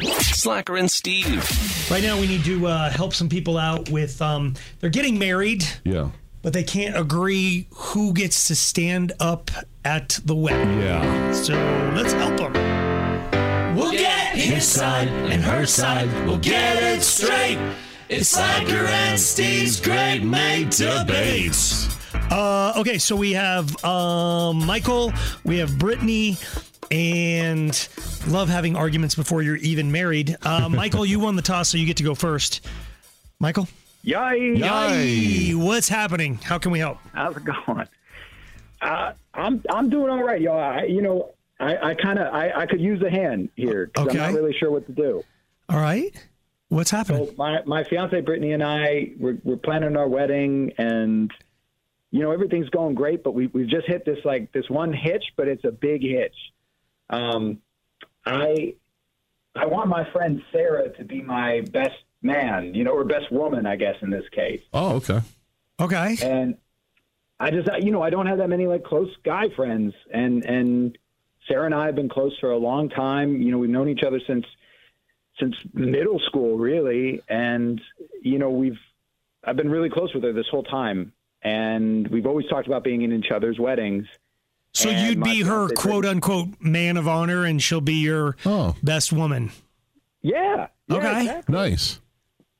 Slacker and Steve. Right now, we need to uh, help some people out with um, they're getting married, Yeah. but they can't agree who gets to stand up at the wedding. Yeah. So let's help them. We'll get his side and her side. We'll get it straight. It's like your and Steve's great mate debates. Uh, okay, so we have um, Michael, we have Brittany, and love having arguments before you're even married. Uh, Michael, you won the toss, so you get to go first. Michael? Yay! Hey, what's happening? How can we help? How's it going? Uh, I'm I'm doing all right, y'all. I, you know, I, I kind of I, I could use a hand here 'cause Okay. I'm not really sure what to do. All right. What's happening? So my my fiance Brittany and I we're, we're planning our wedding, and you know everything's going great, but we we've just hit this like this one hitch, but it's a big hitch. Um, I I want my friend Sarah to be my best man, you know, or best woman, I guess in this case. Oh, okay. Okay. and I just you know I don't have that many like close guy friends and and Sarah and I have been close for a long time you know we've known each other since since middle school really and you know we've I've been really close with her this whole time and we've always talked about being in each other's weddings So and you'd my be her fiance- quote unquote man of honor and she'll be your Oh, best woman. yeah, yeah Okay. exactly. nice.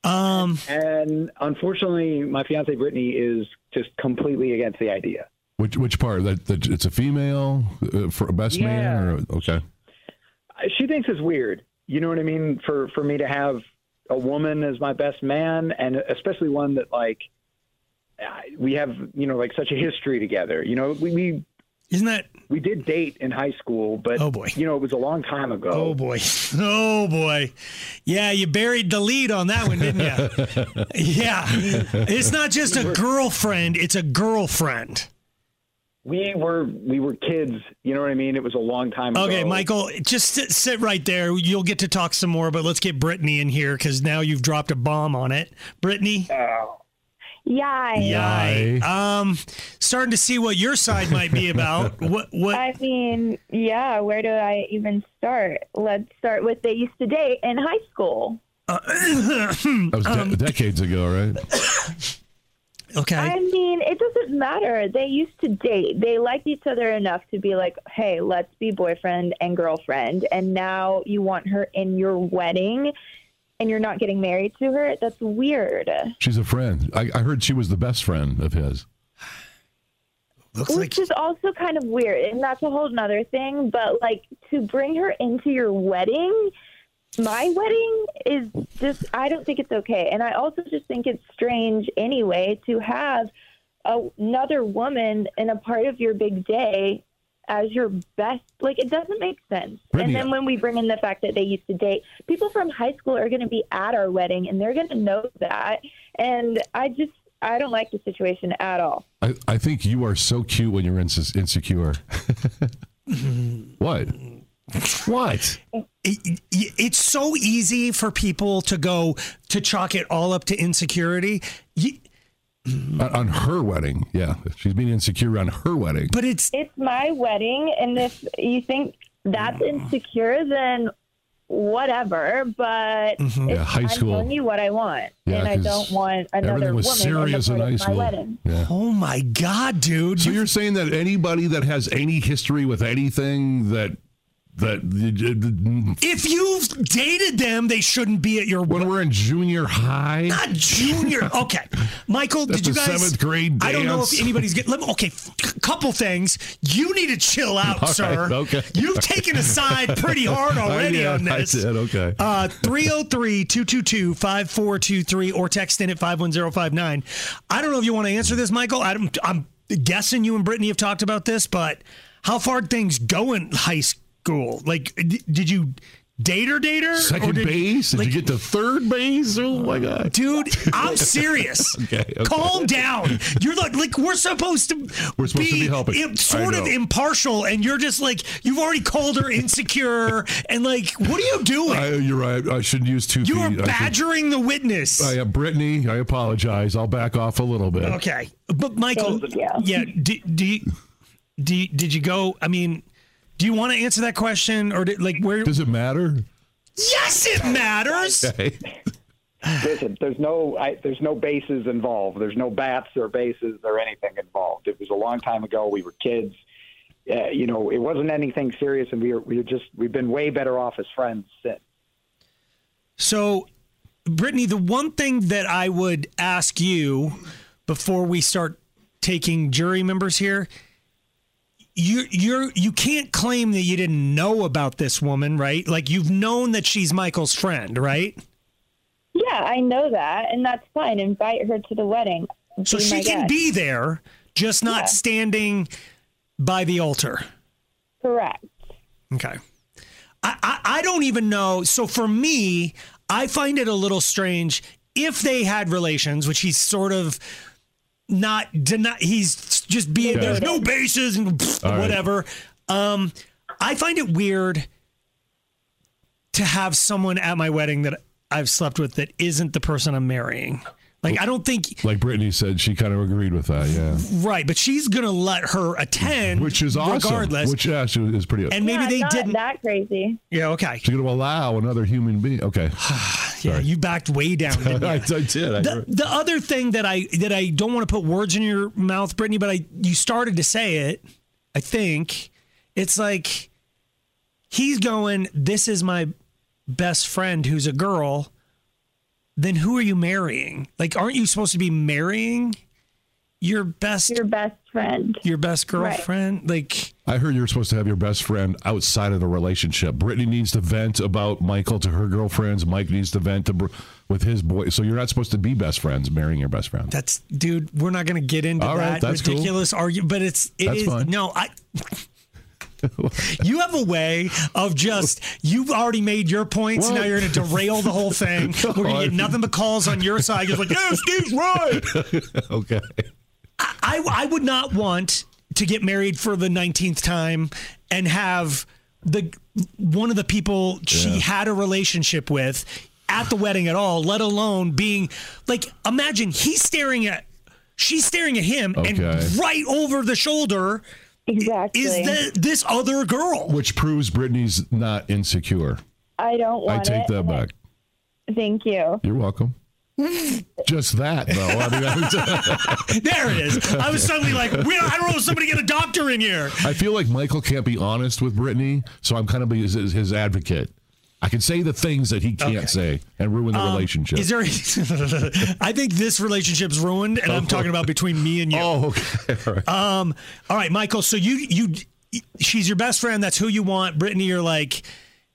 Um and unfortunately my fiance Brittany is just completely against the idea Which which part? That, that it's a female uh, for best man or okay. she thinks it's weird. You know what I mean? For for me to have a woman as my best man, and especially one that like I- we have, you know, like such a history together. You know, we we, isn't that we did date in high school, but Oh, boy. you know, it was a long time ago. Oh boy. Oh boy. Yeah, you buried the lead on that one, didn't you? yeah. It's not just a girlfriend, it's a girlfriend. We were we were kids. You know what I mean? It was a long time ago. Okay, Michael, just sit, sit right there. You'll get to talk some more, but let's get Brittany in here because now you've dropped a bomb on it. Brittany, Yeah, Yay. Um, starting to see what your side might be about. What? What? I mean, yeah, where do I even start? Let's start with they used to date in high school. That was de- decades ago, right? I okay. mean, it doesn't matter. They used to date. They liked each other enough to be like, hey, let's be boyfriend and girlfriend. And now you want her in your wedding and you're not getting married to her? That's weird. She's a friend. I, I heard she was the best friend of his. Looks like Which is also kind of weird. And that's a whole nother thing. But like to bring her into your wedding, my wedding is just, I don't think it's okay. And I also just think it's strange anyway to have a, another woman in a part of your big day as your best. Like it doesn't make sense. Brittany, and then when we bring in the fact that they used to date, people from high school are going to be at our wedding and they're going to know that. And I just, I don't like the situation at all. I, I think you are so cute when you're inse- insecure. what? What? it, it- it's so easy for people to go to chalk it all up to insecurity, Y- On, on her wedding. Yeah. She's being insecure on her wedding. but it's it's my wedding and if you think that's insecure then whatever but Mm-hmm. it's- Yeah, high i'm school. telling you what i want Yeah, and i 'cause don't want another Everything was woman serious in in the part high of my school. wedding Yeah. oh my god, dude! So You- you're saying that anybody that has any history with anything that That If you've dated them, they shouldn't be at your when we're in junior high, Not junior. Okay, Michael, That's did you the guys? seventh grade I don't know dance. if anybody's getting. Let me, okay, f- couple things. You need to chill out, All right, sir. okay. You've taken a side pretty hard already I, on did, this. I did, okay. Uh, 303-222-5423 or text in at 51059. I don't know if you want to answer this, Michael. I don't, I'm guessing you and Brittany have talked about this, but how far things go in high school? Like, d- did you date her, date her? Or Second did- base? Did like- Uh, you get to third base? Oh my god! Dude, I'm serious. Okay, okay. Calm down. You're like, like we're supposed to. We're supposed to be helping. im- sort I of know. impartial, and you're just like you've already called her insecure, and like, what are you doing? I, you're right. I shouldn't use two. you feet. are I should- badgering the witness. I, uh, Brittany, I apologize. I'll back off a little bit. okay, but Michael, Thank you. yeah, do, do, you, do you- did you go? I mean, do you want to answer that question, or did, like where? Does it matter? yes, it matters. Okay. Listen, there's no I, there's no bases involved. There's no bats or bases or anything involved. It was a long time ago. We were kids. Uh, you know, it wasn't anything serious, and we were we were just we've been way better off as friends since. So, Brittany, the one thing that I would ask you before we start taking jury members here, you you're you can't claim that you didn't know about this woman, right? Like you've known that she's Michael's friend, right? Yeah, I know that, and that's fine. Invite her to the wedding. So Be she Oh my can guest. be there, just not Yeah. standing by the altar. correct. Okay. I, I, I don't even know. So for me, I find it a little strange if they had relations, which he's sort of not deny. He's just being Okay. there's no bases and pfft, All right. whatever. Um, I find it weird to have someone at my wedding that I've slept with that isn't the person I'm marrying. Like I don't think Like Brittany said, she kind of agreed with that. Yeah, right, but she's gonna let her attend, which is awesome. regardless. Which actually is pretty. and maybe Yeah, they not didn't. that crazy. yeah, okay. She's going to allow another human being. Okay, Yeah, you backed way down. didn't you? I, I did. I, the, the other thing that I that I don't want to put words in your mouth, Brittany, but I you started to say it. I think it's like he's going. This is my best friend who's a girl. Then who are you marrying? Like, aren't you supposed to be marrying your best your, Your best friend. best girlfriend? Like, I heard you're supposed to have your best friend outside of the relationship. Brittany needs to vent about Michael to her girlfriends. Mike needs to vent to, Br- with his boy. So you're not supposed to be best friends, marrying your best friend. that's dude. We're not gonna get into All that right, that's cool. ridiculous argument, but it's it is That's fine. no. I You have a way of just you've already made your points. Well- now you're going to derail the whole thing. We're going to get nothing but calls on your side. You're like, yeah, Steve's right. okay. I I would not want to get married for the nineteenth time and have the one of the people she had a relationship with at the wedding at all, let alone being like imagine he's staring at she's staring at him Okay. and right over the shoulder Exactly. is the, this other girl. Which proves Brittany's not insecure. I don't I want take it. that back. Thank you. You're welcome. Just that, though. I mean, I, There it is. I was suddenly like, we, I don't know if somebody get a doctor in here. I feel like Michael can't be honest with Brittany, so I'm kind of his, his advocate. I can say the things that he can't say and ruin the relationship. Um, Is there? I think this relationship's ruined, and I'm talking about between me and you. Um, oh, okay. All right. All right, Michael. So you you, she's your best friend. That's who you want. Brittany, you're like,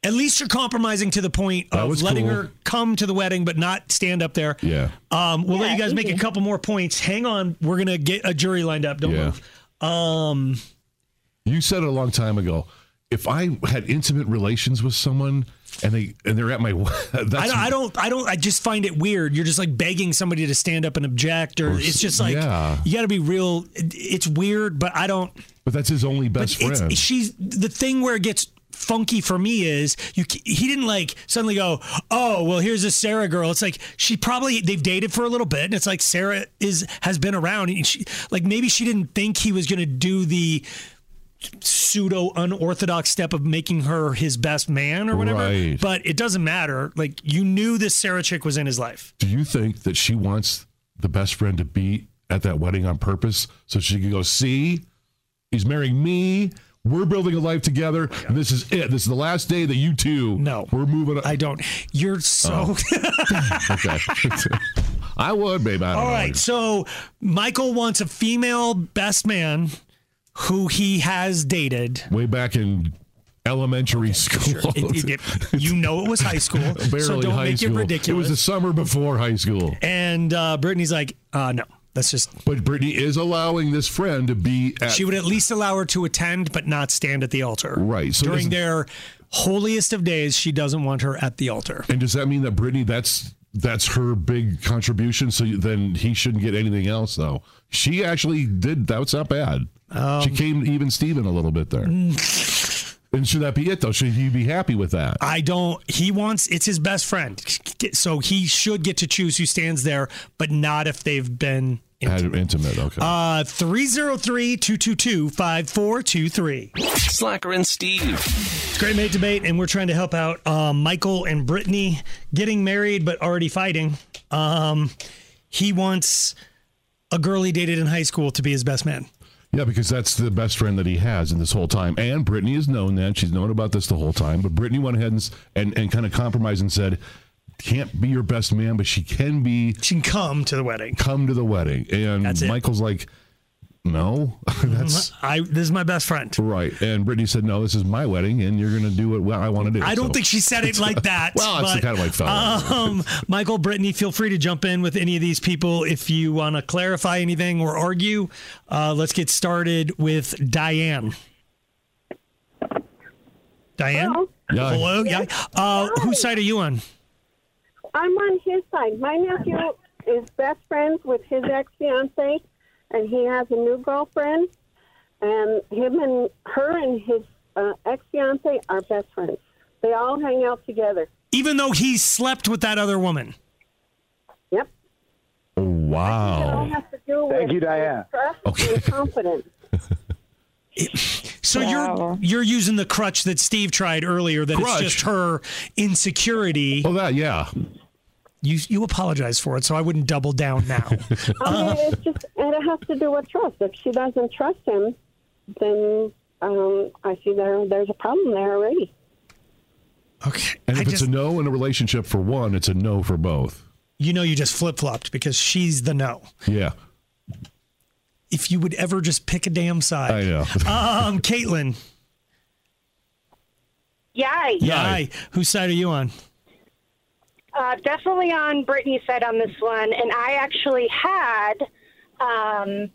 at least you're compromising to the point That of was letting cool. her come to the wedding, but not stand up there. Yeah. Um, we'll let Yeah, you guys make a easy. couple more points. Hang on, we're gonna get a jury lined up. Don't Yeah. move. Um, You said it a long time ago. If I had intimate relations with someone and they and they're at my, that's I don't, I don't, I don't, I just find it weird. You're just like begging somebody to stand up and object, or, it's just like yeah. you got to be real. It- It's weird, but I don't. but that's his only best It's friend. she's the thing where it gets funky for me is you. c- He didn't like suddenly go, oh well, here's this Sarah girl. It's like she probably they've dated for a little bit, and it's like Sarah is has been around, and she like maybe she didn't think he was gonna do the pseudo unorthodox step of making her his best man or whatever Right. but it doesn't matter like you knew this sarah chick was in his life Do you think that she wants the best friend to be at that wedding on purpose so she can go see he's marrying me? We're building a life together. And this is it. This is the last day that you two. No. we're moving. Oh. I don't. You're so. okay. I would, babe. I don't All know. right. So Michael wants a female best man who he has dated. Way back in elementary school. It- it- it- you know it was high school, Barely so don't high make school. it It ridiculous. was the summer before high school. and uh, Brittany's like, uh, no, that's just. But Brittany is allowing this friend to be at. She would at least allow her to attend, but not stand at the altar. Right, so During doesn't- their holiest of days, she doesn't want her at the altar. and does that mean that Brittany? That's that's her big contribution. So you- then he shouldn't get anything else, though. She actually did. That's not bad. Um, she came to even Steven a little bit there. and should that be it though? Should he be happy with that? Mm. I don't. He wants. It's his best friend, so he should get to choose who stands there, but not if they've been. Had intimate. Okay. Uh, 303-222-5423. Slacker and Steve. It's Great Mate Debate, and we're trying to help out uh, Michael and Brittany getting married but already fighting. Um, he wants a girl he dated in high school to be his best man. Yeah, because that's the best friend that he has in this whole time. And Brittany has known that. She's known about this the whole time. But Brittany went ahead and, s- and, and kind of compromised and said, can't be your best man, but she can be She can come to the wedding. come to the wedding. And That's it. Mm-hmm. Michael's like, no, that's I this is my best friend. right. And Brittany said, no, this is my wedding and you're going to do what I want to do. I don't So- think she said it like that. Well, that's the but, kind of like felt. Um, Michael, Brittany, feel free to jump in with any of these people if you want to clarify anything or argue. Uh, let's get started with Diane. Diane? Hello. Yeah. Hello? Yeah. Uh, whose side are you on? I'm on his side. My nephew is best friends with his ex fiance, and he has a new girlfriend. And him and her and his uh, ex fiance are best friends. They all hang out together. Even though he slept with that other woman. Yep. Oh, It all wow. has to do with Thank you, Diane. trust and Okay. confidence. So Wow. you're you're using the crutch that Steve tried earlier that Crutch? it's just her insecurity. Oh, that, yeah. You you apologize for it, so I wouldn't double down now. Uh-huh. Uh, I mean, it's just, and it has to do with trust. If she doesn't trust him, then um, I see there there's a problem there already. okay. And I if it's just- a no in a relationship for one, it's a no for both. you know you just flip flopped because she's the no. Yeah. If you would ever just pick a damn I side. know. Um, Caitlin, Yeah, yeah, hi. Whose side are you on? uh, definitely on Brittany's side on this one. And I actually had um,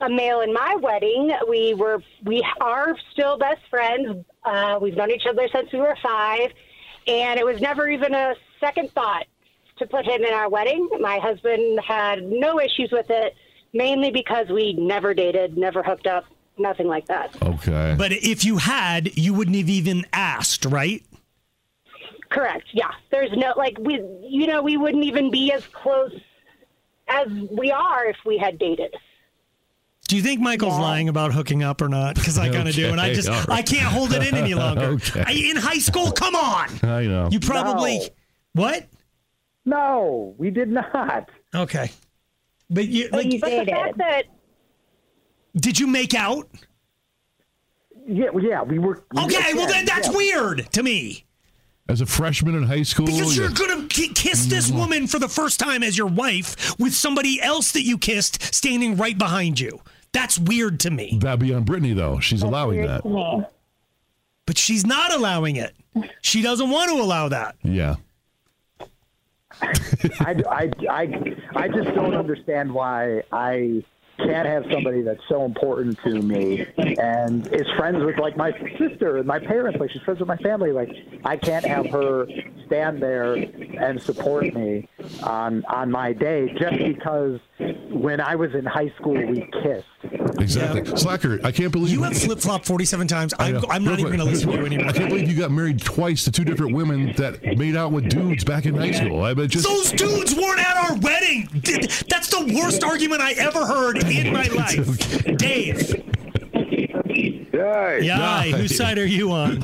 a male in my wedding. We were, we are still best friends. Uh, we've known each other since we were five, and it was never even a second thought to put him in our wedding. My husband had no issues with it, mainly because we never dated, never hooked up, nothing like that. okay. But if you had, you wouldn't have even asked, right? Correct. Yeah. There's no like we you know we wouldn't even be as close as we are if we had dated. Do you think Michael's lying about hooking up or not? Because I kind of do, and I Okay, just all right. I can't hold it in any longer. Okay. I, in high school, come on, I know. you probably No. what? No, we did not. Okay, but you like, but the fact that did you make out? Yeah, well, yeah, we were. we were Okay, well then friends, that's yeah. weird to me As a freshman in high school, because you're- you're gonna ki- kiss this Mm-hmm. woman for the first time as your wife with somebody else that you kissed standing right behind you. That's weird to me. that'd be on Brittany though. She's allowing that. But she's not allowing it. She doesn't want to allow that. Yeah. I, I, I, I just don't understand why I can't have somebody that's so important to me and is friends with like my sister and my parents, like she's friends with my family. Like I can't have her stand there and support me on on my day just because when I was in high school we kissed. Exactly. Slacker, I can't believe You have flip flop 47 times. I'm, know. I'm not Real even going quick. to listen to you anymore. I can't believe you got married twice to two different women that made out with dudes back in high school. I mean, just Those dudes weren't at our wedding. Did- That's the worst argument I ever heard in my life. Dave, Guys, yeah, Yeah. whose side are you on?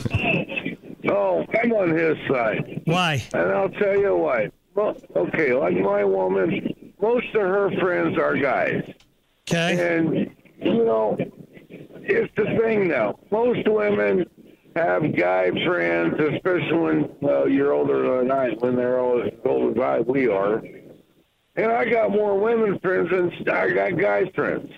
oh, I'm on his side. Why? And I'll tell you why. Mo- Okay, like my woman, most of her friends are guys. Okay. And, you know, it's the thing now. Most women have guy friends, especially when uh, you're older than I, when they're all as old as I we are. And I got more women friends than I got guy friends.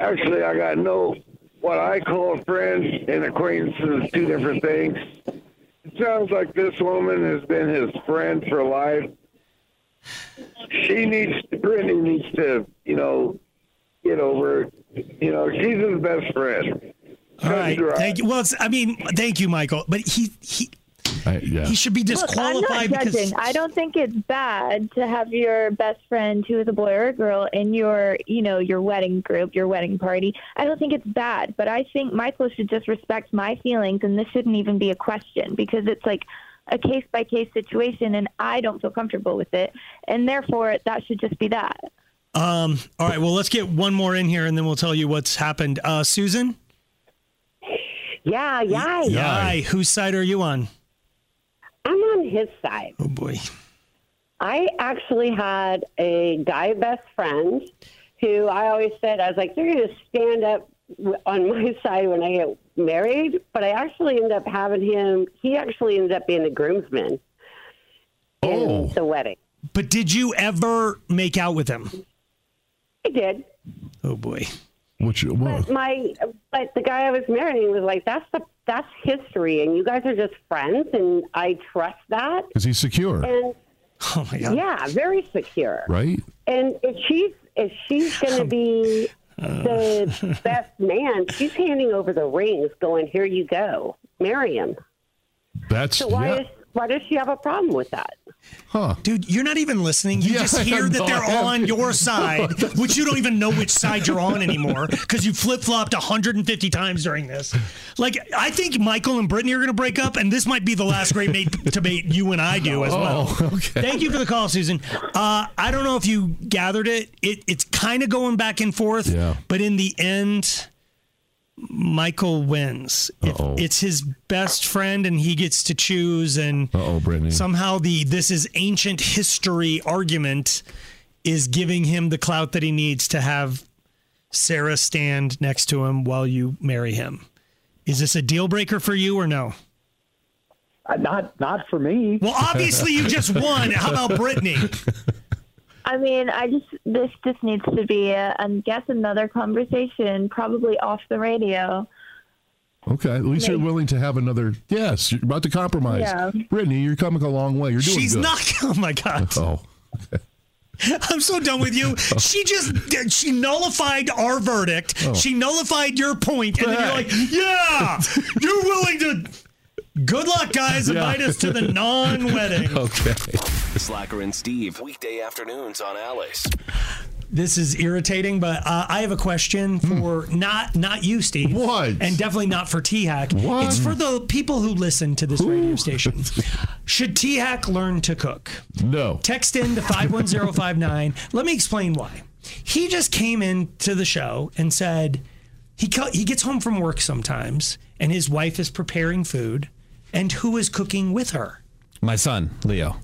Actually, I got no what I call friends and acquaintances, two different things. It sounds like this woman has been his friend for life. She needs Brittany needs to, you know, get over. it. You know, she's his best friend. All right. Thank you. Well, it's, I mean, thank you, Michael. But he he yeah. he should be disqualified Look, I'm not because judging. I don't think it's bad to have your best friend who is a boy or a girl in your, you know, your wedding group, your wedding party. I don't think it's bad, but I think Michael should just respect my feelings and this shouldn't even be a question because it's like a case by case situation and I don't feel comfortable with it. And therefore that should just be that. Um, all right. Well, let's get one more in here, and then we'll tell you what's happened. Uh, Susan. Yeah, yeah, Yai. Whose side are you on? I'm on his side. Oh boy. I actually had a guy best friend who I always said, I was like, they're going to stand up w- on my side when I get married. But I actually ended up having him, he actually ended up being the groomsman in the wedding. But did you ever make out with him? I did. Oh boy. What you? But my, but the guy I was marrying was like, that's the, that's history, and you guys are just friends, and I trust that. Because he's secure, And oh my god. yeah, very secure. right? And if she's if she's going to be the best man, she's handing over the rings, going, "Here you go, marry him." That's So why yeah. is why does she have a problem with that? huh? Dude, you're not even listening. You Yeah, just hear I'm that they're not. all on your side, which you don't even know which side you're on anymore because you flip flopped 150 times during this. Like, I think Michael and Brittany are going to break up, and this might be the last great mate debate you and I do as well. Oh, okay. Thank you for the call, Susan. Uh, I don't know if you gathered it. it it's kind of going back and forth, Yeah. but in the end, Michael wins. If Uh-oh. it's his best friend, and he gets to choose, and Uh oh, Brittany. somehow the this is ancient history argument is giving him the clout that he needs to have Sarah stand next to him while you marry him. Is this a deal breaker for you or no? Uh, not not for me. Well, obviously you just won. How about Brittany? I mean, I just this just needs to be a, I guess another conversation, probably off the radio. Okay, at least you're willing to have another. Yes, you're about to compromise. Yeah. Brittany, you're coming a long way. You're doing She's good. not. Oh my god! Oh, I'm so done with you. She just did- she nullified our verdict. She nullified your point, and then you're like, yeah, you're willing to. Good luck, guys. Invite us to the non-wedding. Oh, okay. Slacker and Steve, weekday afternoons on Alice. this is irritating, but uh, I have a question for not not you, Steve. Hmm. What? And definitely not for T Hack. What? It's for the people who listen to this radio station. Should T Hack learn to cook? No. Text in to 51059. Let me explain why. He just came into the show and said he co- he gets home from work sometimes and his wife is preparing food and who is cooking with her? My son, Leo,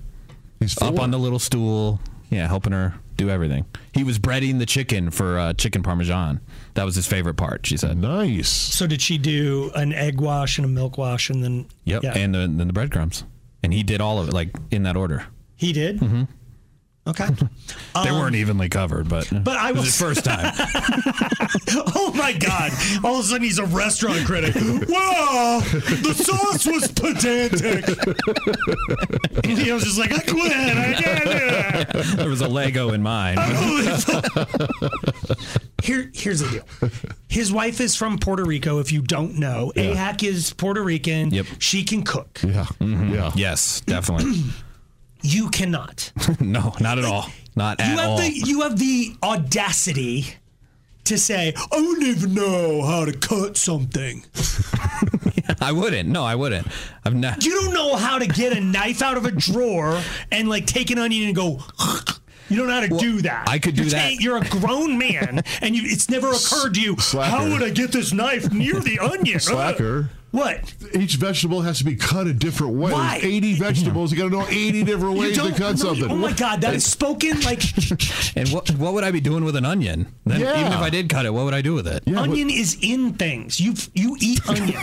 He's up four. on the little stool, yeah, helping her do everything. He was breading the chicken for uh, chicken parmesan. That was his favorite part. She said, Nice. So did she do an egg wash and a milk wash and then "Yep," Yeah. and then then the breadcrumbs, and he did all of it like in that order. He did. Mm-hmm. Okay. they weren't evenly covered, but Um, but I it was will- his first time. Oh my God! All of a sudden, he's a restaurant critic. Well, the sauce was pedantic. And he was just like, I quit. I can't do it. there was a Lego in mine. Here, here's the deal. His wife is from Puerto Rico. If you don't know, Ahak is Puerto Rican. Yep. She can cook. Yeah. Yeah. Mm-hmm. yes, definitely. You cannot. no, not at all. Not You at have all. the you have the audacity to say, I don't even know how to cut something. I wouldn't. No, I wouldn't. I've not. You don't know how to get a knife out of a drawer and like take an onion and go. You don't know how to do that. I could do you that. You're a grown man, and you, it's never occurred to you. Slacker. How would I get this knife near the onion? Slacker. What? Each vegetable has to be cut a different way. Why? There's 80 vegetables. You got to know 80 different ways to don't cut know- something. oh my God, that is spoken like And what what would I be doing with an onion? Then Yeah. even if I did cut it, what would I do with it? onion e- is in things. You you eat onion.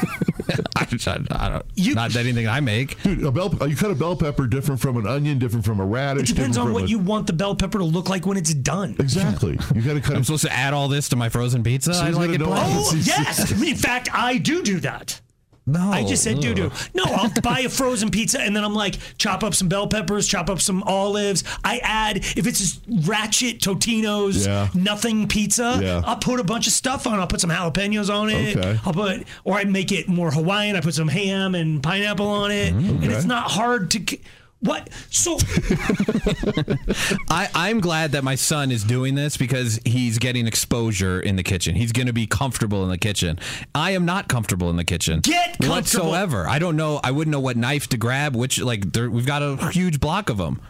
I, I, I don't, not that anything I make. Dude, a bell, you cut a bell pepper different from an onion, different from a it radish. depends different on from what a- you want the bell pepper to look like when it's done. Exactly. You got to cut. I'm supposed to add all this to my frozen pizza. I like it plain. Oh yes. In fact, I do do that. No. I just said doo doo. No, I'll buy a frozen pizza and then I'm like, chop up some bell peppers, chop up some olives. I add, if it's just ratchet Totino's Yeah. nothing pizza, Yeah. I'll put a bunch of stuff on. I'll put some jalapenos on it. Okay. I'll put, or I make it more Hawaiian. I put some ham and pineapple on it. Mm, And it's okay. not hard to. c- What? So I, I'm glad that my son is doing this because he's getting exposure in the kitchen. He's going to be comfortable in the kitchen. I am not comfortable in the kitchen. Get comfortable. whatsoever. I don't know. I wouldn't know what knife to grab. Which like there, we've got a huge block of them,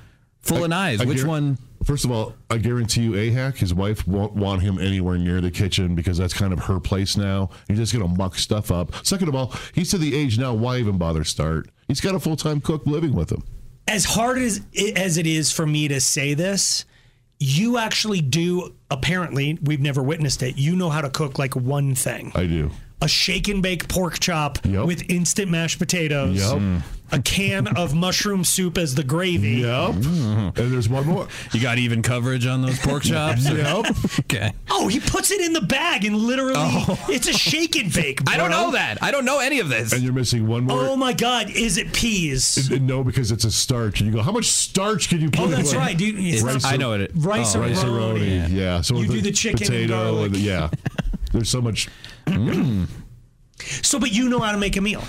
full of knives. I Which guar- one? First of all, I guarantee you, Ahak, his wife won't want him anywhere near the kitchen because that's kind of her place now. You're just gonna muck stuff up. Second of all, he's to the age now. Why even bother start? He's got a full time cook living with him. as hard as as it is for me to say this, you actually do. Apparently, we've never witnessed it. You know how to cook like one thing: I do. a shake and bake pork chop with instant mashed potatoes, Yep. Mm. a can of mushroom soup as the gravy. Yep. and there's one more. Mm-hmm. You got even coverage on those pork chops? Yep. Okay. Oh. Oh, he puts it in the bag and literally, it's a shake and bake. I don't bro. know that. I don't know any of this. And you're missing one more. Oh my God! Is it peas? And- and no, because it's a starch. And you go, how much starch can you put? Oh, in that's one?" right, dude. It's Rice not- or- I know it. Rice oh, or rice roni. roni. Yeah. So You with do the chicken and potato. garlic. the- yeah. There's so much. So, but you know how to make a meal.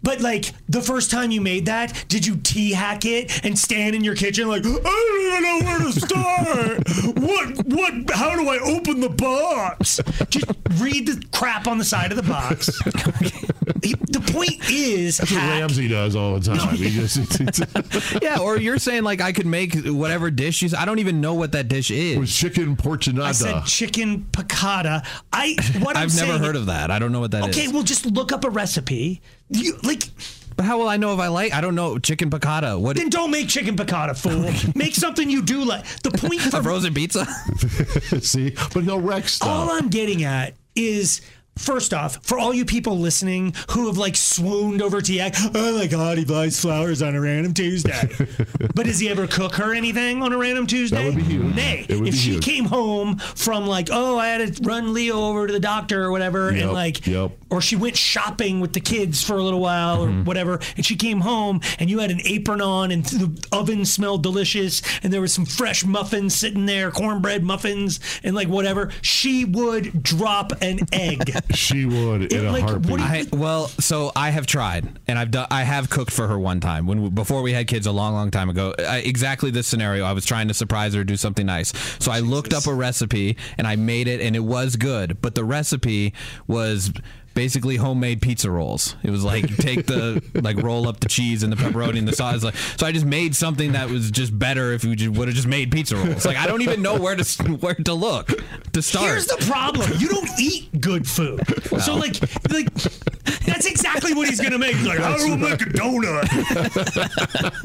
But like the first time you made that, did you tea hack it and stand in your kitchen like I don't even know where to start? what what? How do I open the box? Just read the crap on the side of the box. the point is, That's what hack- Ramsey does all the time. He just, yeah, or you're saying like I could make whatever dish you. I don't even know what that dish is. was chicken porcinata. I said chicken piccata. I what I'm I've never saying- heard of that. I don't know what that is. Okay, well just look up a recipe. You like But how will I know if I like? I don't know chicken piccata. What? then don't make chicken piccata, fool. make something you do like. The point A frozen pizza. See, but he'll wreck stuff. All I'm getting at is. First off, for all you people listening who have like swooned over TX, oh my god, he buys flowers on a random Tuesday. but does he ever cook her anything on a random Tuesday? would be huge. Nay, It would if be she huge. came home from like, oh, I had to run Leo over to the doctor or whatever, Yep, and like, yep. or she went shopping with the kids for a little while Mm-hmm. or whatever, and she came home and you had an apron on and the oven smelled delicious and there was some fresh muffins sitting there, cornbread muffins and like whatever, she would drop an egg. She would in a like, what heartbeat. do you- I, well, so I have tried, and I've done. I have cooked for her one time when we, before we had kids a long, long time ago. I, exactly this scenario. I was trying to surprise her, do something nice. So I looked up a recipe and I made it, and it was good. But the recipe was basically homemade pizza rolls. It was like take the like roll up the cheese and the pepperoni and the sauce. Like so, I just made something that was just better if you just would have just made pizza rolls. Like I don't even know where to s- where to look to start. Here's the problem. You don't eat good food. So like like that's exactly what he's gonna make. He's like, how do I make a donut?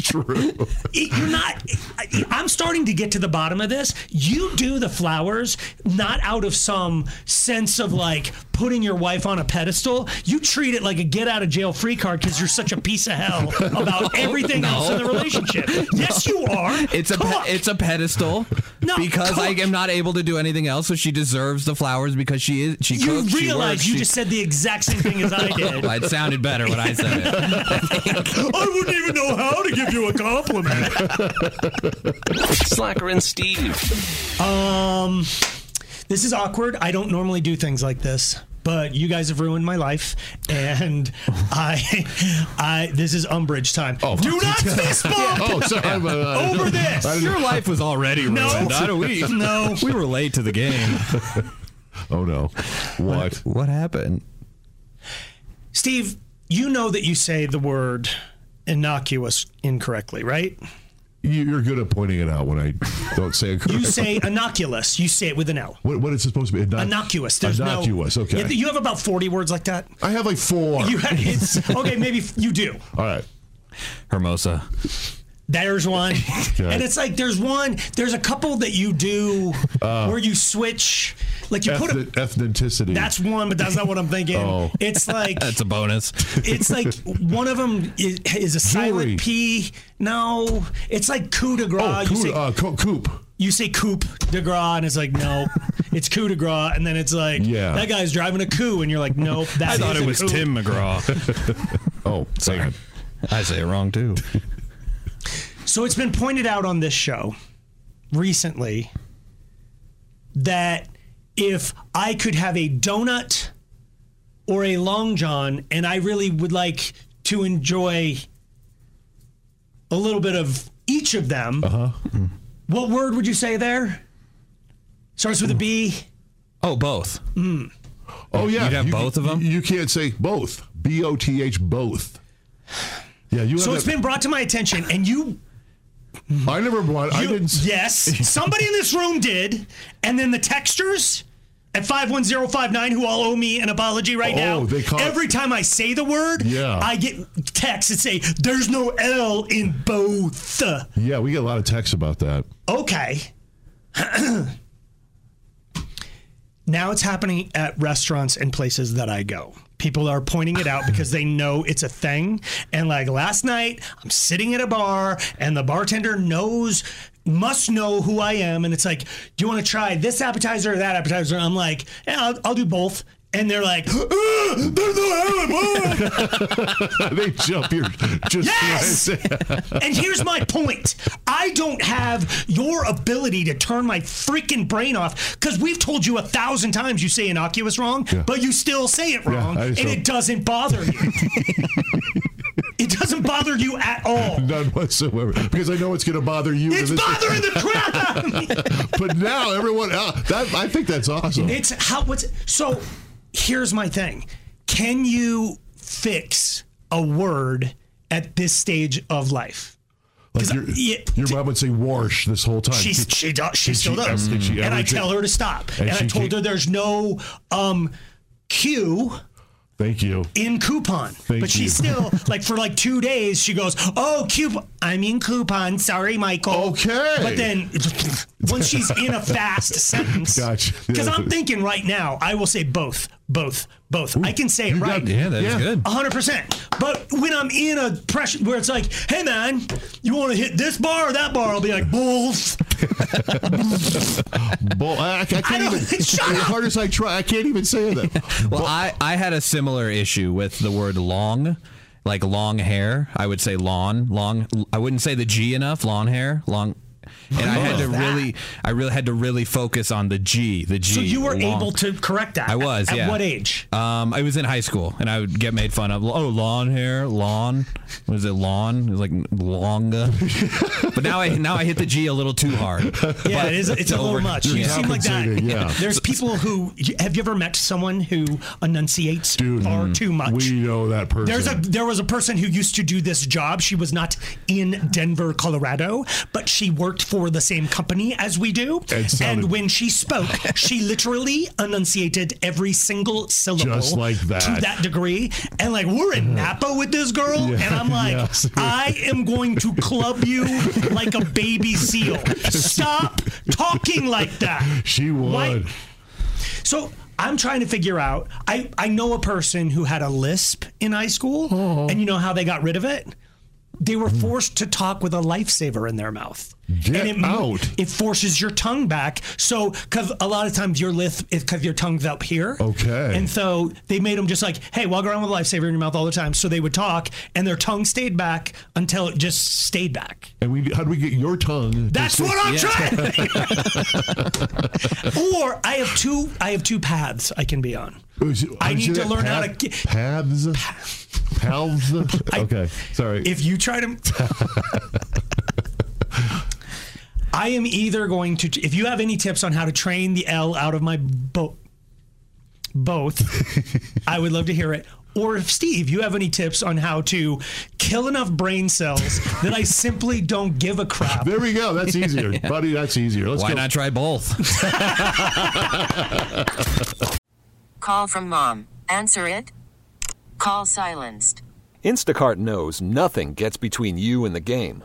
true. It- You're not I- I'm starting to get to the bottom of this. You do the flowers not out of some sense of like putting your wife on a pedestal. You treat it like a get out of jail free card because you're such a piece of hell about everything else in the relationship. Yes, you are. It's a pe- it's a pedestal No, because I cook. am not able to do anything else. So she deserves the flowers because she is she You cooks. she realize works, you she- just said the exact same thing as I did. Well, it sounded better when I said it. I wouldn't even know how to give you a compliment. Slacker and Steve. Um, this is awkward. I don't normally do things like this, but you guys have ruined my life, and I, I this is umbrage time. Oh, do not fist bump Oh, sorry. I'm, uh, over this. Your life was already ruined. No. Not a week. No. we were late to the game. oh no. What? What happened? Steve, you know that you say the word innocuous incorrectly, right? You, you're good at pointing it out when I don't say it correctly. You say innocuous. You say it with an L. What, what is it supposed to be? Innoc- Innocuous. There's innocuous. No, Okay. Yeah, You have about 40 words like that. I have like four. You have, it's, okay, maybe f- you do. All right. Hermosa. There's one. Okay. And it's like there's one, there's a couple that you do Uh, where you switch, like you put a, Ethni- ethnicity. that's one, but that's not what I'm thinking. Oh. It's like That's a bonus. it's like one of them is, is a silent P. No, it's like coup de grace. Oh, coup- you say, uh, co- coop. You say coup de grace, and it's like no, it's coup de grace, and then it's like Yeah. that guy's driving a coup, and you're like nope. That I thought is it a was coup. Tim McGraw. oh, sorry. I say it wrong too. So it's been pointed out on this show recently that if I could have a donut or a long john and I really would like to enjoy a little bit of each of them, what word would you say there? Starts with a B. Oh, both. Mm. Oh yeah, You'd have You- both of them? You can't say both. B O T H both. Yeah, you. So have it's that- been brought to my attention, and you I never brought. I You- didn't. Yes, somebody in this room did, and then the textures at five one zero five nine, who all owe me an apology right now. Oh, they caught- Every time I say the word, Yeah. I get texts that say "There's no L in both." Yeah, we get a lot of texts about that. Okay. now it's happening at restaurants and places that I go. People are pointing it out because they know it's a thing. And like last night, I'm sitting at a bar and the bartender knows, must know who I am. And it's like, do you want to try this appetizer or that appetizer? And I'm like, yeah, I'll, I'll do both. And they're like, "Ah, there's no L in both." they jump your just Yes! and here's my point I don't have your ability to turn my freaking brain off because we've told you a thousand times you say innocuous wrong, but you still say it Yeah, wrong I and still- it doesn't bother you. it doesn't bother you at all. None whatsoever, because I know it's going to bother you. It's bothering the crap out of me. But now everyone, else, that I think that's awesome. It's how what's so here's my thing. Can you fix a word at this stage of life? like your, your mom would say "warsh" this whole time. She she does she Did still ever- does, did she and ever I ta- tell her to stop. And And, I she told ta- her there's no um, Q Thank you. in coupon, Thank but she you. still like for like two days she goes, oh coupon, I mean coupon. Sorry, Michael. Okay. But then once she's in a fast sentence, Gotcha. because Yeah. I'm thinking right now, I will say both, both, both. I can say it right. got- yeah, that is Yeah. good. 100%. But when I'm in a pressure where it's like, hey, man, you want to hit this bar or that bar? I'll be like, both. Bull, I, I can't I don't- even. Shut up. as hard as I try, I can't even say that. Well, I, I had a similar issue with the word long, like long hair. I would say lawn, long. I wouldn't say the G enough. Long hair, long. And I had to really, I really had to really focus on the G, the G. So you were long. able to correct that. I was. At, yeah. At what age? Um, I was in high school, and I would get made fun of. Oh, lawn hair, lawn. What is it? Lawn. It was like longa. but now I now I hit the G a little too hard. Yeah, But it is. It's a little over- much. You seem like that. There's people who. Have you ever met someone who enunciates far too much? mm-hmm. We know that person. There's a there was a person who used to do this job. She was not in Denver, Colorado, but she worked for the same company as we do. And sounded- and when she spoke, she literally enunciated every single syllable Just like to that. that degree. And like we're in Napa with this girl, Mm-hmm. Yeah, and I'm like, yes. I am going to club you like a baby seal. Stop talking like that. She would. So I'm trying to figure out. I, I know a person who had a lisp in high school, Oh. and you know how they got rid of it? They were forced to talk with a lifesaver in their mouth. Mm. Get and it, out. It forces your tongue back. So, because a lot of times your lisp is because your tongue's up here. Okay. And so they made them just like, hey, walk around with a lifesaver in your mouth all the time. So they would talk, and their tongue stayed back until it just stayed back. And we how do we get your tongue? That's to what I'm trying. or I have two. I have two paths I can be on. I need to learn how to get- paths. Paths. okay, sorry. If you try to, I am either going to. If you have any tips on how to train the L out of my bo- both, I would love to hear it. Or if Steve, you have any tips on how to kill enough brain cells that I simply don't give a crap. There we go. That's easier, buddy. That's easier. Let's Why go. not try both? Call from mom. Answer it. Call silenced. Instacart knows nothing gets between you and the game.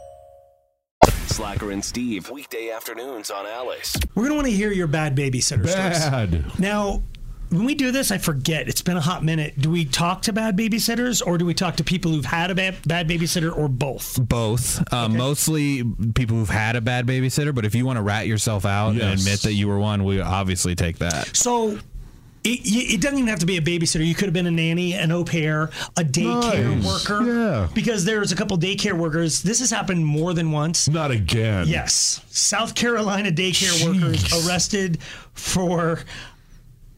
Slacker and Steve. Weekday afternoons on Alice. We're gonna want to hear your bad babysitter Bad. stories. Now, when we do this, I forget. It's been a hot minute. Do we talk to bad babysitters, or do we talk to people who've had a bad, bad babysitter, or both? Both. Um, Mostly people who've had a bad babysitter, but if you want to rat yourself out and Yes. admit that you were one, we obviously take that. So. It, y- it doesn't even have to be a babysitter. You could have been a nanny, an au pair, a daycare Nice. worker. Yeah. Because there's a couple daycare workers. This has happened more than once. Not again. Yes. South Carolina daycare workers arrested for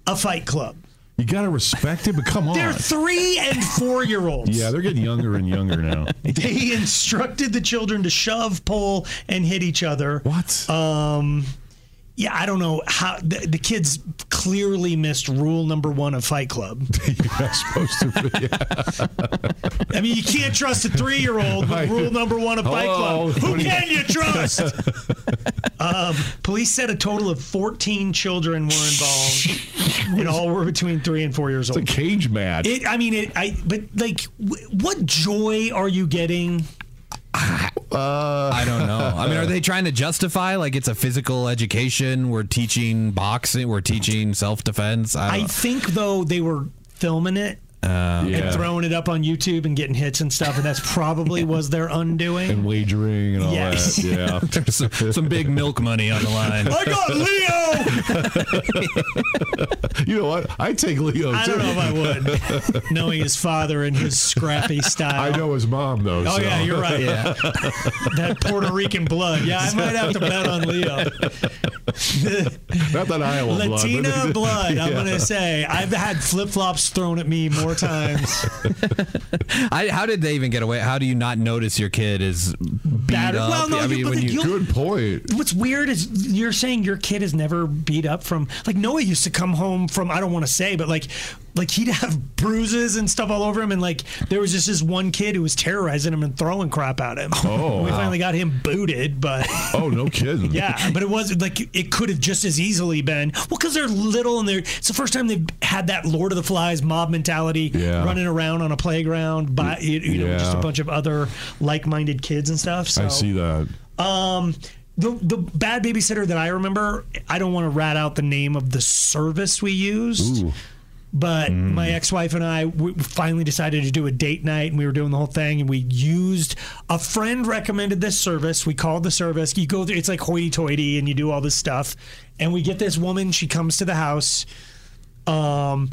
a fight club. You gotta respect it, but come on. They're three and four year olds. yeah, they're getting younger and younger now. They instructed the children to shove, pull, and hit each other. What? Um, yeah, I don't know how the, the kids clearly missed rule number one of Fight Club. You're not supposed to. Be, I mean, you can't trust a three-year-old with rule number one of Fight Hello. Club. Who can you trust? um, police said a total of 14 children were involved, and all were between three and four years It's a old. cage match. It, I mean, it. I but like, w- what joy are you getting? Uh, I don't know. I mean, are they trying to justify like it's a physical education? We're teaching boxing. We're teaching self defense. I, I don't think though they were filming it uh, and throwing it up on YouTube and getting hits and stuff, and that's probably was their undoing. and wagering and all Yes. that. Yeah. There's some, some big milk money on the line. I got Leo. You know what? I take Leo. I don't too. know if I would, knowing his father and his scrappy style. I know his mom though. Oh, so. yeah, you're right. Yeah. that Puerto Rican blood. Yeah, I might have to bet on Leo. Not that Iowa blood, but- Latina blood. I'm Yeah. gonna say I've had flip flops thrown at me more times. I, how did they even get away? How do you not notice your kid is beat Battered. up? Well, no, I you- mean, but when then you, you'll- Good point. What's weird is you're saying your kid has never beat up from like Noah used to come home from I don't want to say, but like like he'd have bruises and stuff all over him, and like there was just this one kid who was terrorizing him and throwing crap at him. Oh. we finally got him booted, but Oh, no kidding. yeah, but it was like it could have just as easily been well because they're little and they're it's the first time they've had that Lord of the Flies mob mentality Yeah. running around on a playground by you, you know just a Yeah. bunch of other like-minded kids and stuff. So I see that. um, the the bad babysitter that I remember, I don't want to rat out the name of the service we used. But my ex-wife and I we finally decided to do a date night, and we were doing the whole thing, and we used a friend recommended this service. We called the service. You go, through, it's like hoity-toity, and you do all this stuff, and we get this woman. She comes to the house. Um,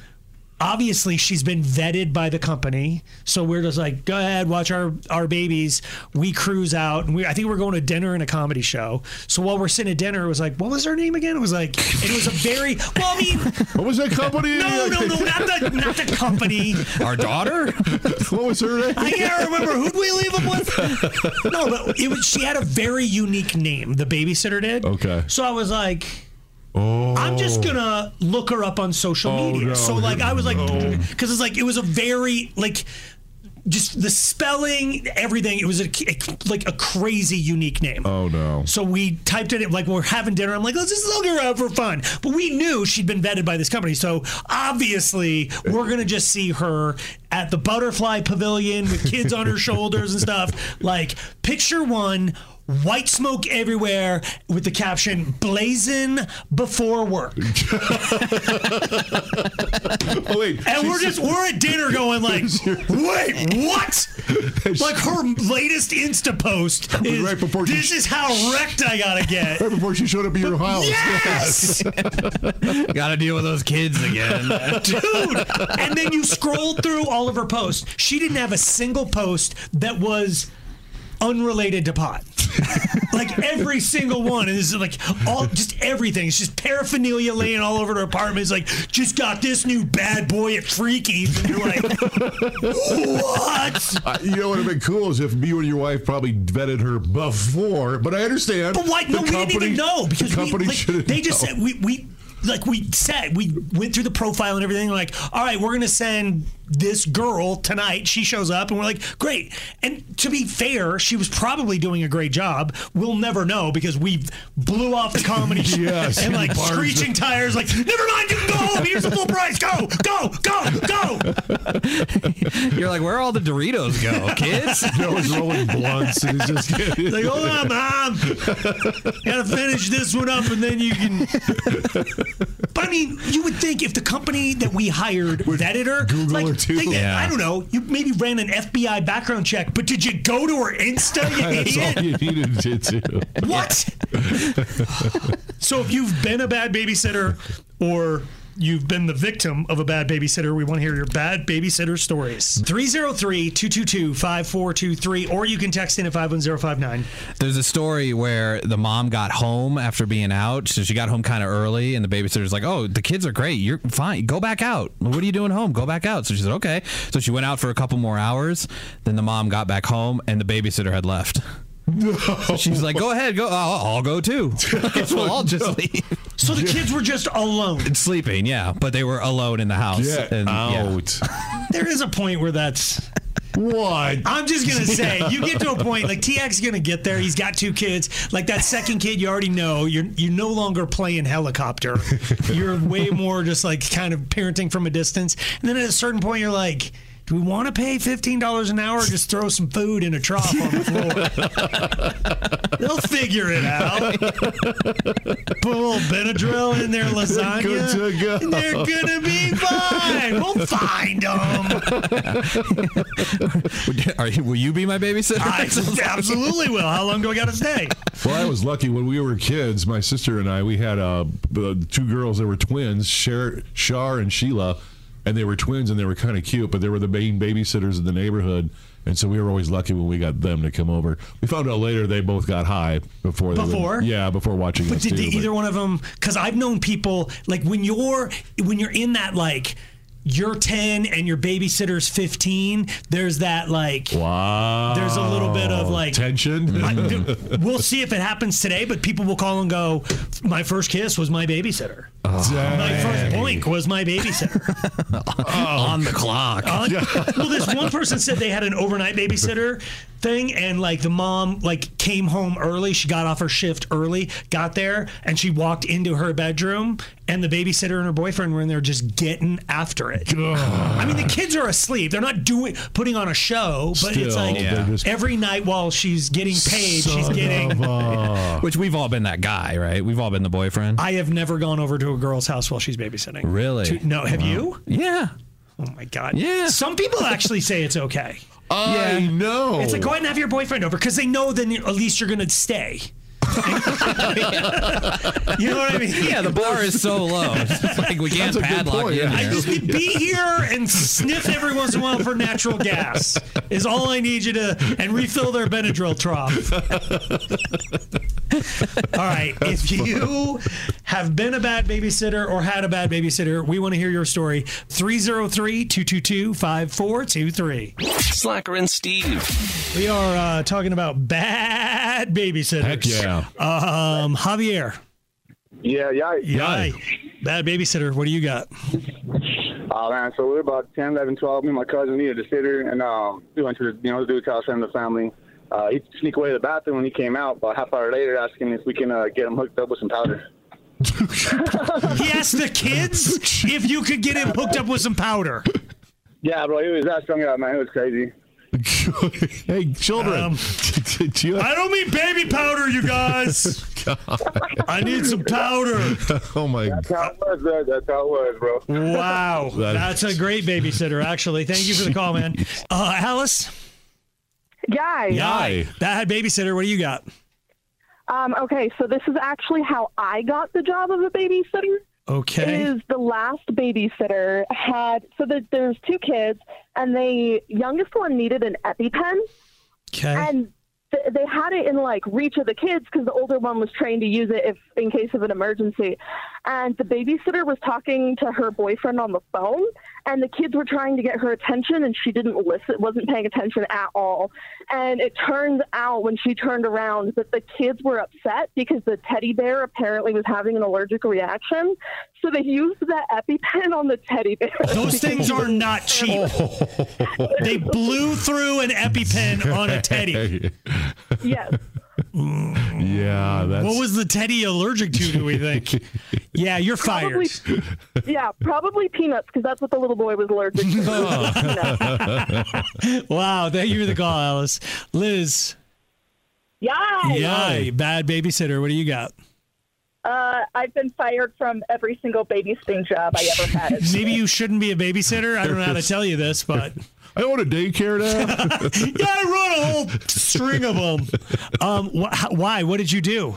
obviously she's been vetted by the company. So we're just like, go ahead, watch our, our babies. We cruise out and we I think we're going to dinner and a comedy show. So while we're sitting at dinner, it was like, what was her name again? It was like it was a very well I mean What was that company? No, no, no, not the not the company. Our daughter? what was her name? I can't remember. Who'd we leave him with? No, but it was she had a very unique name, the babysitter did. Okay. So I was like Oh. I'm just gonna look her up on social Oh, media. no. So like I was like, No. because it's like it was a very like, just the spelling, everything. It was a, like a crazy unique name. Oh no. So we typed it in, like we're having dinner. I'm like, let's just look her up for fun. But we knew she'd been vetted by this company, so obviously we're gonna just see her at the butterfly pavilion with kids on her shoulders and stuff. Like picture one, white smoke everywhere, with the caption "blazing before work." Oh, wait. And we're just we're at dinner going like, wait, what? Like her latest Insta post is this is how wrecked I gotta get. Right before she showed up at your house. Yes! Gotta deal with those kids again. Dude! And then you scroll through all of her posts. She didn't have a single post that was unrelated to pot. like every single one. And this is like all just everything. It's just paraphernalia laying all over her apartment. It's like, just got this new bad boy at Freaky's. And you're like, what? Uh, you know what would have been cool is if you and your wife probably vetted her before, but I understand. But why? the No, we didn't company- even know because the company we, like, shouldn't they just know. said we we like we said we went through the profile and everything. Like, all right, we're gonna send this girl tonight. She shows up, and we're like, great. And to be fair, she was probably doing a great job. We'll never know because we blew off the comedy Yes. and like Bars. screeching tires. Like, never mind, you can go home. Here's the full price. Go, go, go, go. You're like, where all the Doritos Oh, go, kids? "Oh, Joe's rolling blunts and he's just Like, hold on, mom. Gotta finish this one up and then you can. But I mean, you would think if the company that we hired vetted her, Google like, her too. they- Yeah. I don't know, you maybe ran an FBI background check, but did you go to her Insta, you That's all idiot? you needed to do. What? so if you've been a bad babysitter or you've been the victim of a bad babysitter, we want to hear your bad babysitter stories. 303-222-5423 or you can text in at 51059. There's a story where the mom got home after being out, so she got home kind of early, and the babysitter's like, "Oh, the kids are great. You're fine. Go back out. What are you doing home? Go back out." So she said, "Okay." So she went out for a couple more hours. Then the mom got back home, and the babysitter had left. So she's like, "Go ahead, go. I'll, I'll go too. Guess we'll all just leave." So the kids were just alone. And sleeping, yeah, but they were alone in the house. Get and, out. There is a point where that's. What? I'm just gonna say, you get to a point like TX is gonna get there. He's got two kids. Like that second kid, you already know you're you no longer playing helicopter. You're way more just like kind of parenting from a distance. And then at a certain point, you're like. Do we want to pay fifteen dollars an hour? Or just throw some food in a trough on the floor. They'll figure it out. Put a little Benadryl in their lasagna. Good to go. and they're gonna be fine. We'll find them. yeah. Are you, will you be my babysitter? I absolutely will. How long do I got to stay? Well, I was lucky when we were kids. My sister and I, we had uh, uh, two girls that were twins, Cher, Shar and Sheila, and they were twins and they were kind of cute, but they were the main babysitters in the neighborhood. And so we were always lucky when we got them to come over. We found out later they both got high before. They Before? Would, yeah, before watching But us did too, but- either one of them? Because I've known people like when you're when you're in that like you're 10 and your babysitter's 15 there's that like Wow. There's a little bit of, like- tension. I- dude, we'll see if it happens today but people will call and go my first kiss was my babysitter my first blink was my babysitter on the clock. Uh, well, this one person said they had an overnight babysitter thing, and like the mom like came home early. She got off her shift early, got there, and she walked into her bedroom, and the babysitter and her boyfriend were in there just getting after it. I mean, the kids are asleep; they're not doing putting on a show, but it's Still, like they're just- every night while she's getting paid, she's Son getting. of a- Which we've all been that guy, right? We've all been the boyfriend. I have never gone over to a girl's house while she's babysitting. Really? To- no, have you? yeah. Oh my god. Yeah. Some people actually say it's okay. I know. It's like go ahead and have your boyfriend over because they know then at least you're gonna stay. You know what I mean? Yeah, the bar is so low. It's like we can't padlock you in I there. just need to be here and sniff every once in a while for natural gas is all I need you to and refill their Benadryl trough. all right. if you have been a bad babysitter or had a bad babysitter, we want to hear your story. 303-222-5423. Slacker and Steve. We are uh, talking about bad babysitters. Heck yeah. Um, Javier. Yeah, yeah. Yeah. Bad babysitter. What do you got? Oh man, so we were about 10, 11, 12. Me and my cousin needed a sitter, and uh, we went to the, you know the dude's house and the family. Uh, he sneaked away to the bathroom when he came out. About a half hour later, asking if we can uh, get him hooked up with some powder. he asked the kids if you could get him hooked up with some powder. Yeah, bro, he was that strung out, man. It was crazy. hey, children. did you Um, I don't mean baby powder, you guys. I need some powder. oh my That's how it was. Uh, that's how it was, bro. Wow. Oh, That's a great babysitter, actually. Thank you for the call, man. Uh, Alice? Yay. Yay. Bad babysitter. What do you got? Um, okay, so this is actually how I got the job of a babysitter. Okay. Is the last babysitter had so there, there's two kids, and the youngest one needed an EpiPen, Okay. and th- they had it in like reach of the kids because the older one was trained to use it if in case of an emergency. And the babysitter was talking to her boyfriend on the phone, and the kids were trying to get her attention, and she didn't listen, wasn't paying attention at all. And it turns out when she turned around that the kids were upset because the teddy bear apparently was having an allergic reaction, so they used the EpiPen on the teddy bear. Those things are not cheap. They blew through an EpiPen on a teddy. Yes. Yeah, that's What was the teddy allergic to, do we think? Yeah, you're fired. yeah, probably peanuts because that's what the little boy was allergic to. Oh. wow, thank you for the call, Alice. Liz, Yay! yay, bad babysitter. What do you got? Uh, I've been fired from every single babysitting job I ever had. Maybe you shouldn't be a babysitter. I don't know how to tell you this, but I own a daycare now. yeah, I run a whole string of them. Um, wh- how- why? What did you do?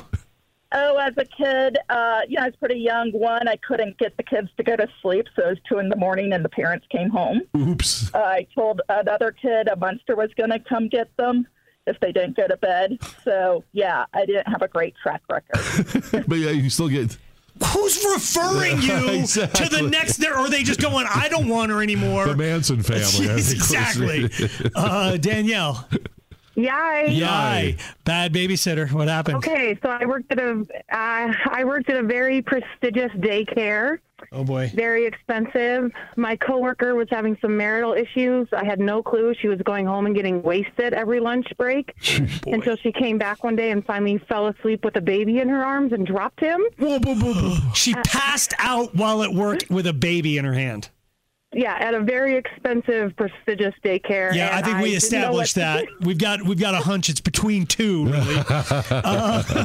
Oh, as a kid, uh, you know, I was pretty young. One, I couldn't get the kids to go to sleep, so it was two in the morning, and the parents came home. Oops. Uh, I told another kid a monster was going to come get them if they didn't go to bed. So, yeah, I didn't have a great track record. but yeah, you still get. Who's referring you to the Exactly. next? There, or are they just going? I don't want her anymore. The Manson family. I Yes, think was- exactly. Uh, Danielle, Yay. yay, bad babysitter. What happened? Okay, so I worked at a uh, I worked at a very prestigious daycare. Oh boy. Very expensive. My coworker was having some marital issues. I had no clue. She was going home and getting wasted every lunch break Oh, until she came back one day and finally fell asleep with a baby in her arms and dropped him. She passed out while at work with a baby in her hand. Yeah, at a very expensive, prestigious daycare. Yeah, I and think we didn't know what established to that. We've got we've got a hunch. It's between two, really. Uh, so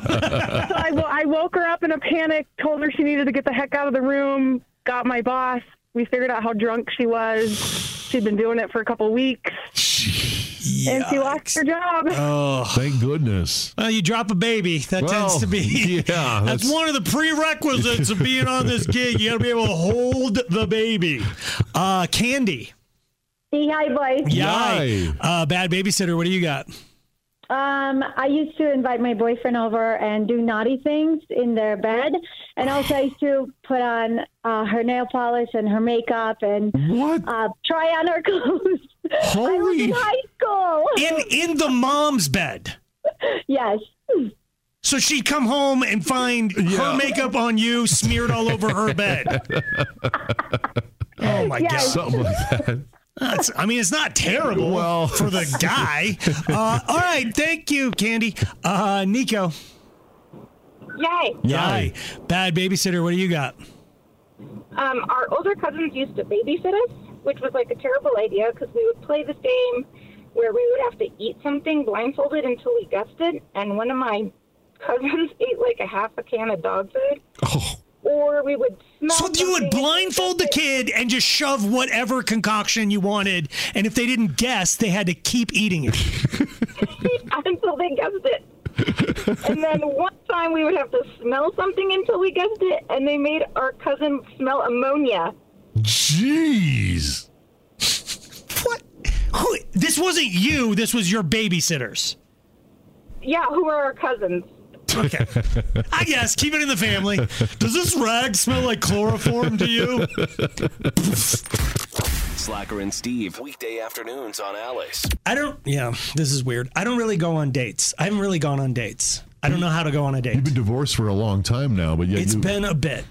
I, wo- I woke her up in a panic, told her she needed to get the heck out of the room, got my boss. We figured out how drunk she was. She'd been doing it for a couple weeks. And she lost her job. Oh, thank goodness. Well, you drop a baby. That tends Well, to be yeah, Ah, That's, that's- one of the prerequisites of being on this gig. You got to be able to hold the baby. Uh, Candy. Hi, boys. Yay. Uh, bad babysitter. What do you got? Um, I used to invite my boyfriend over and do naughty things in their bed, and also I used to put on uh, her nail polish and her makeup and Uh, try on her clothes. I was in high Oh. school. In in the mom's bed. Yes. So she'd come home and find her makeup on you smeared all over her bed. oh my Yeah. god. Something like that. That's, I mean, it's not terrible for the guy. Uh, all right, thank you, Candy. Uh, Nico, Yay. yay, bad babysitter. What do you got? Um, our older cousins used to babysit us, which was like a terrible idea because we would play this game where we would have to eat something blindfolded until we guessed it. And one of my cousins ate like a half a can of dog food. Or we would smell. So you would blindfold the kid and just shove whatever concoction you wanted, and if they didn't guess, they had to keep eating it. until they guessed it. and then one time we would have to smell something until we guessed it, and they made our cousin smell ammonia. Jeez. Who, this wasn't you. This was your babysitters. Yeah, who are our cousins? Okay. I guess. Keep it in the family. Does this rag smell like chloroform to you? Slacker and Steve, weekday afternoons on Alice. I don't. Yeah, this is weird. I don't really go on dates. I haven't really gone on dates. I don't know how to go on a date. You've been divorced for a long time now, but yet It's you, been a bit.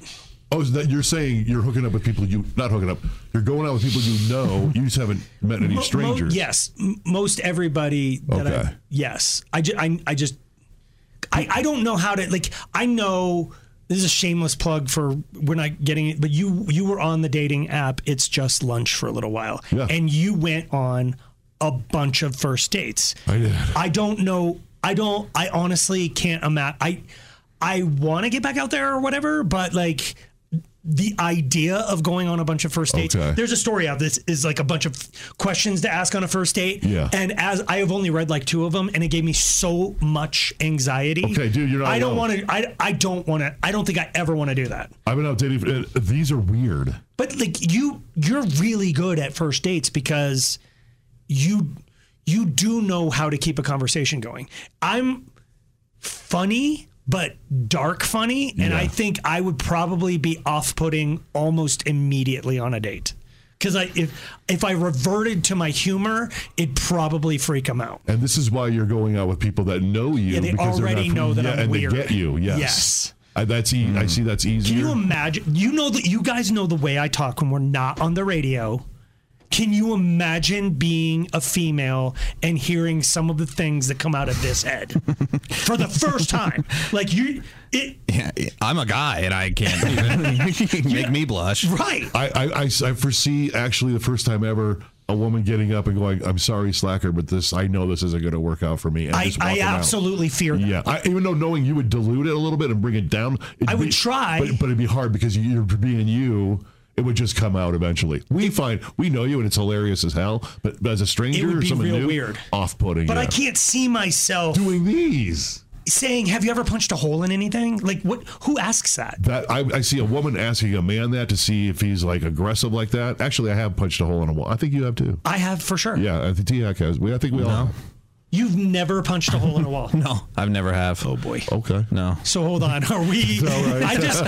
Oh, so that you're saying you're hooking up with people you not hooking up. You're going out with people you know. You just haven't met any Mo- mo- strangers. yes, M- most everybody. That Okay. I, yes, I, ju- I, I just, I, I don't know how to like. I know this is a shameless plug for we're not getting it, but you you were on the dating app. It's just lunch for a little while, and you went on a bunch of first dates. I did. I don't know. I don't. I honestly can't imagine. I I want to get back out there or whatever, but like the idea of going on a bunch of first dates. Okay. There's a story out. This is like a bunch of questions to ask on a first date. Yeah. And as I have only read like two of them, and it gave me so much anxiety. Okay, dude, you're not I don't alone. want to. I I don't want to. I don't think I ever want to do that. I've been out dating. For, and these are weird. But like you, you're really good at first dates because you you do know how to keep a conversation going. I'm funny, but dark funny, and I think I would probably be off-putting almost immediately on a date because I if if I reverted to my humor, it'd probably freak them out. And this is why you're going out with people that know you. Yeah, they because they're already not from- know that yeah, I'm and weird. They get you. Yes. Yes. I, that's e- I see. That's easier. Can you imagine? You know that you guys know the way I talk when we're not on the radio. Can you imagine being a female and hearing some of the things that come out of this head for the first time? Like you, it, Yeah, I'm a guy and I can't even make me blush. Right. I, I, I, I foresee actually the first time ever a woman getting up and going, "I'm sorry, slacker, but this I know this isn't going to work out for me." And I, just I walking out. absolutely fear that. Yeah, I, even though knowing you would dilute it a little bit and bring it down, it'd I would be- try. but, but it'd be hard because you're being you. It would just come out eventually. We find we know you, and it's hilarious as hell. But as a stranger, would or be someone real new, weird. off-putting. But yeah. I can't see myself doing these. Saying, "Have you ever punched a hole in anything?" Like what? Who asks that? That I, I see a woman asking a man that to see if he's like aggressive like that. Actually, I have punched a hole in a wall. I think you have too. I have for sure. Yeah, I think T Hack has. We, I think we all. have. You've never punched a hole in a wall. No, I've never have. Oh boy. Okay. No. So hold on, are we? right. I just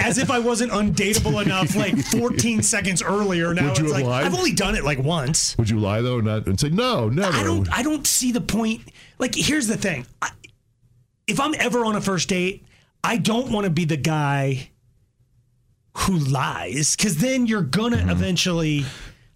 as if I wasn't undateable enough like 14 seconds earlier. Now Would you it's have like lied? I've only done it like once. Would you lie though, not and say no, never? I don't. I don't see the point. Like here's the thing: I, if I'm ever on a first date, I don't want to be the guy who lies because then you're gonna Mm-hmm. eventually.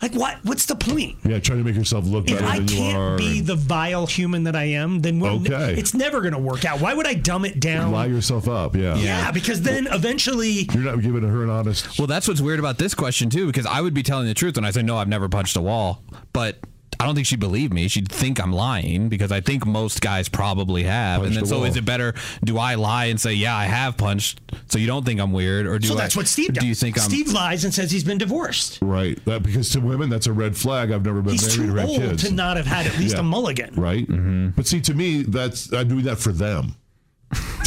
Like what? What's the point? yeah, trying to make yourself look If better I than you are. can't be and the vile human that I am, then we're ne- Okay. it's never going to work out. Why would I dumb it down? lie yourself up. Yeah. Yeah, because then eventually you're not giving her an honest. Well, that's what's weird about this question too, because I would be telling the truth when I say no, I've never punched a wall, but I don't think she'd believe me. She'd think I'm lying because I think most guys probably have. Punched and then a so wall. is it better? Do I lie and say yeah, I have punched, so you don't think I'm weird, or do so I, that's what Steve does. Do you think I'm Steve lies and says he's been divorced? Right. That because to women that's a red flag. I've never been He's married too or had old kids. to not have had at least Yeah. a mulligan. Right. But see, to me, that's I'm doing that for them. I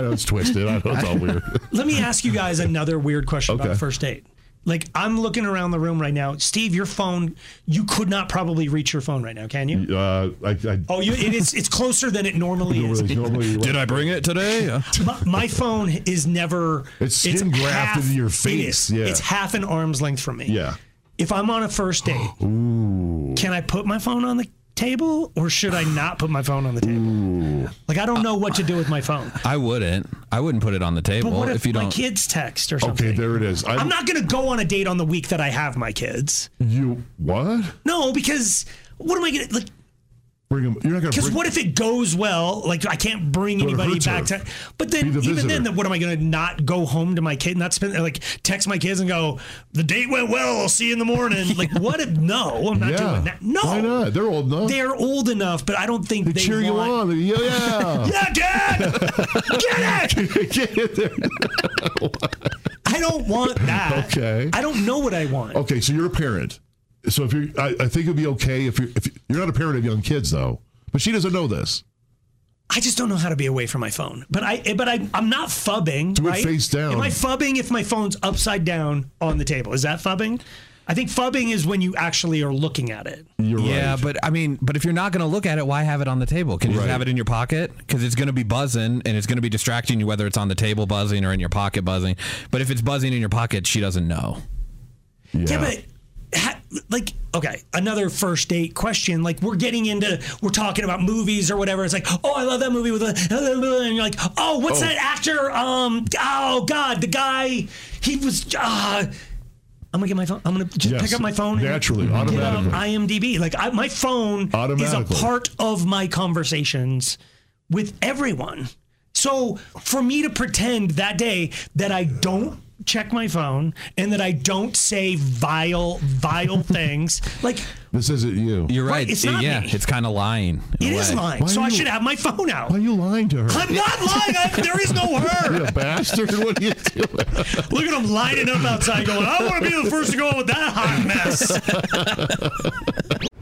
know it's twisted. I know it's all weird. Let me ask you guys another weird question about Okay. a first date. Like I'm looking around the room right now. Steve, your phone, you could not probably reach your phone right now, can Mm. you? Uh, I, I, Oh, you, it is, it's closer than it normally is. Did I bring it today? my, my phone is never. It's skin grafted half- to your it is. face, yeah. It's half an arm's length from me. Yeah. If I'm on a first date, can I put my phone on the table or should I not put my phone on the table? Like, I don't know what to do with my phone. I wouldn't. I wouldn't put it on the table But what if, you my don't. kids text or something? Okay, there it is. I'm not going to go on a date on the week that I have my kids. You what? No, because what am I going to, like, Bring them. You're not gonna. because bring- what if it goes well? Like I can't bring But it anybody hurts her. back to. But Be then the even visitor. then, then, what am I going to not go home to my kid? Not spend like text my kids and go. The date went well. I'll see you in the morning. Like what if? No, I'm not Yeah. doing that. No, Why not? They're old enough. They're old enough, but I don't think they, They cheer you want- on. They- Yeah, yeah. yeah, Dad, get it. Get it there. I don't want that. Okay. I don't know what I want. Okay, so you're a parent. So if you're, I, I think it'd be okay if you're, if you're not a parent of young kids though. But she doesn't know this. I just don't know how to be away from my phone. But I eh, but I I'm not fubbing. Do it right? face down. Am I fubbing if my phone's upside down on the table? Is that fubbing? I think fubbing is when you actually are looking at it. You're yeah, but I mean, but if you're not going to look at it, why have it on the table? Can you just have it in your pocket? Because it's going to be buzzing and it's going to be distracting you, whether it's on the table buzzing or in your pocket buzzing. But if it's buzzing in your pocket, she doesn't know. Yeah, but ha, like, okay, another first date question. Like, we're getting into, we're talking about movies or whatever. It's like, oh, I love that movie with, a, and you're like, oh, what's Oh. that actor? Um, oh God, the guy, he was. Uh, I'm gonna get my phone. I'm gonna just Yes, pick up my phone. naturally, and get automatically. on IMDb. Like, I, my phone is a Automatically. part of my conversations with everyone. So for me to pretend that day that I don't check my phone and that I don't say vile, vile things, like This isn't you. You're Right, right. it's not yeah, me. it's kind of lying. it in a is way. lying. So I should have my phone out. Why are you lying to her? I'm not lying. I, there is no her. You bastard. What are you doing? Look at him lining up outside going, I want to be the first to go out with that hot mess.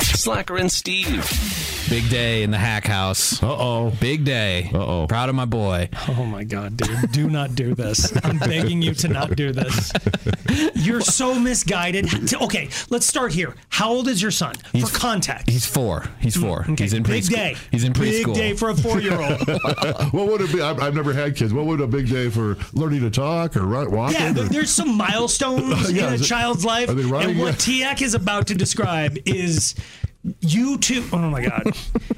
Slacker and Steve. Big day in the hack house. Uh oh. Big day. Uh oh. Proud of my boy. Oh my God, dude. Do not do this. I'm begging you to not do this. You're so misguided. Okay, let's start here. How old is your son? For context. He's four. He's four. He's in preschool. Big day. He's in Big preschool. day for a four-year-old. what would it be? I've, I've never had kids. What would a big day for learning to talk or ri- walking? Yeah, there- or- there's some milestones Yeah, in a is it- child's life. are they running? And what TAC is about to describe is you two oh my god.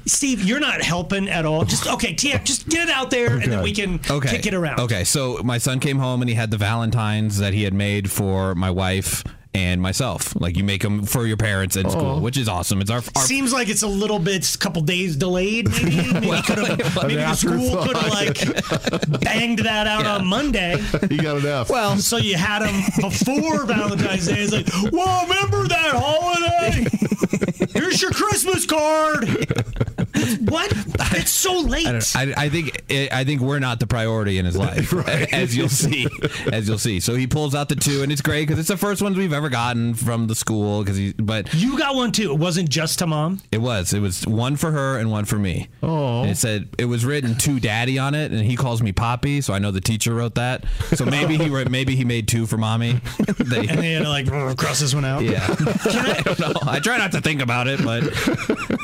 Steve, you're not helping at all. Just okay, TAC, just get it out there and then we can okay. kick it around. Okay, so my son came home and he had the Valentines that he had made for my wife and myself. Like you make them for your parents in Oh. school, which is awesome. It's our, our Seems like it's a little bit, couple days delayed. Maybe, maybe, could've- An maybe the school could have like banged that out on Monday. You got an F. Well, so you had them before Valentine's Day. It's like, well, remember that holiday? Here's your Christmas card. what? It's so late. I, don't- I, I think I think we're not the priority in his life, as you'll see, as you'll see. So he pulls out the two, and it's great because it's the first ones we've ever gotten from the school. Because he, but you got one too. It wasn't just to mom. It was. It was one for her and one for me. Oh, it said it was written to daddy on it, and he calls me Poppy, so I know the teacher wrote that. So maybe he wrote, maybe he made two for mommy. They- And they had to like cross this one out. yeah, I don't know. I try not to think about it, but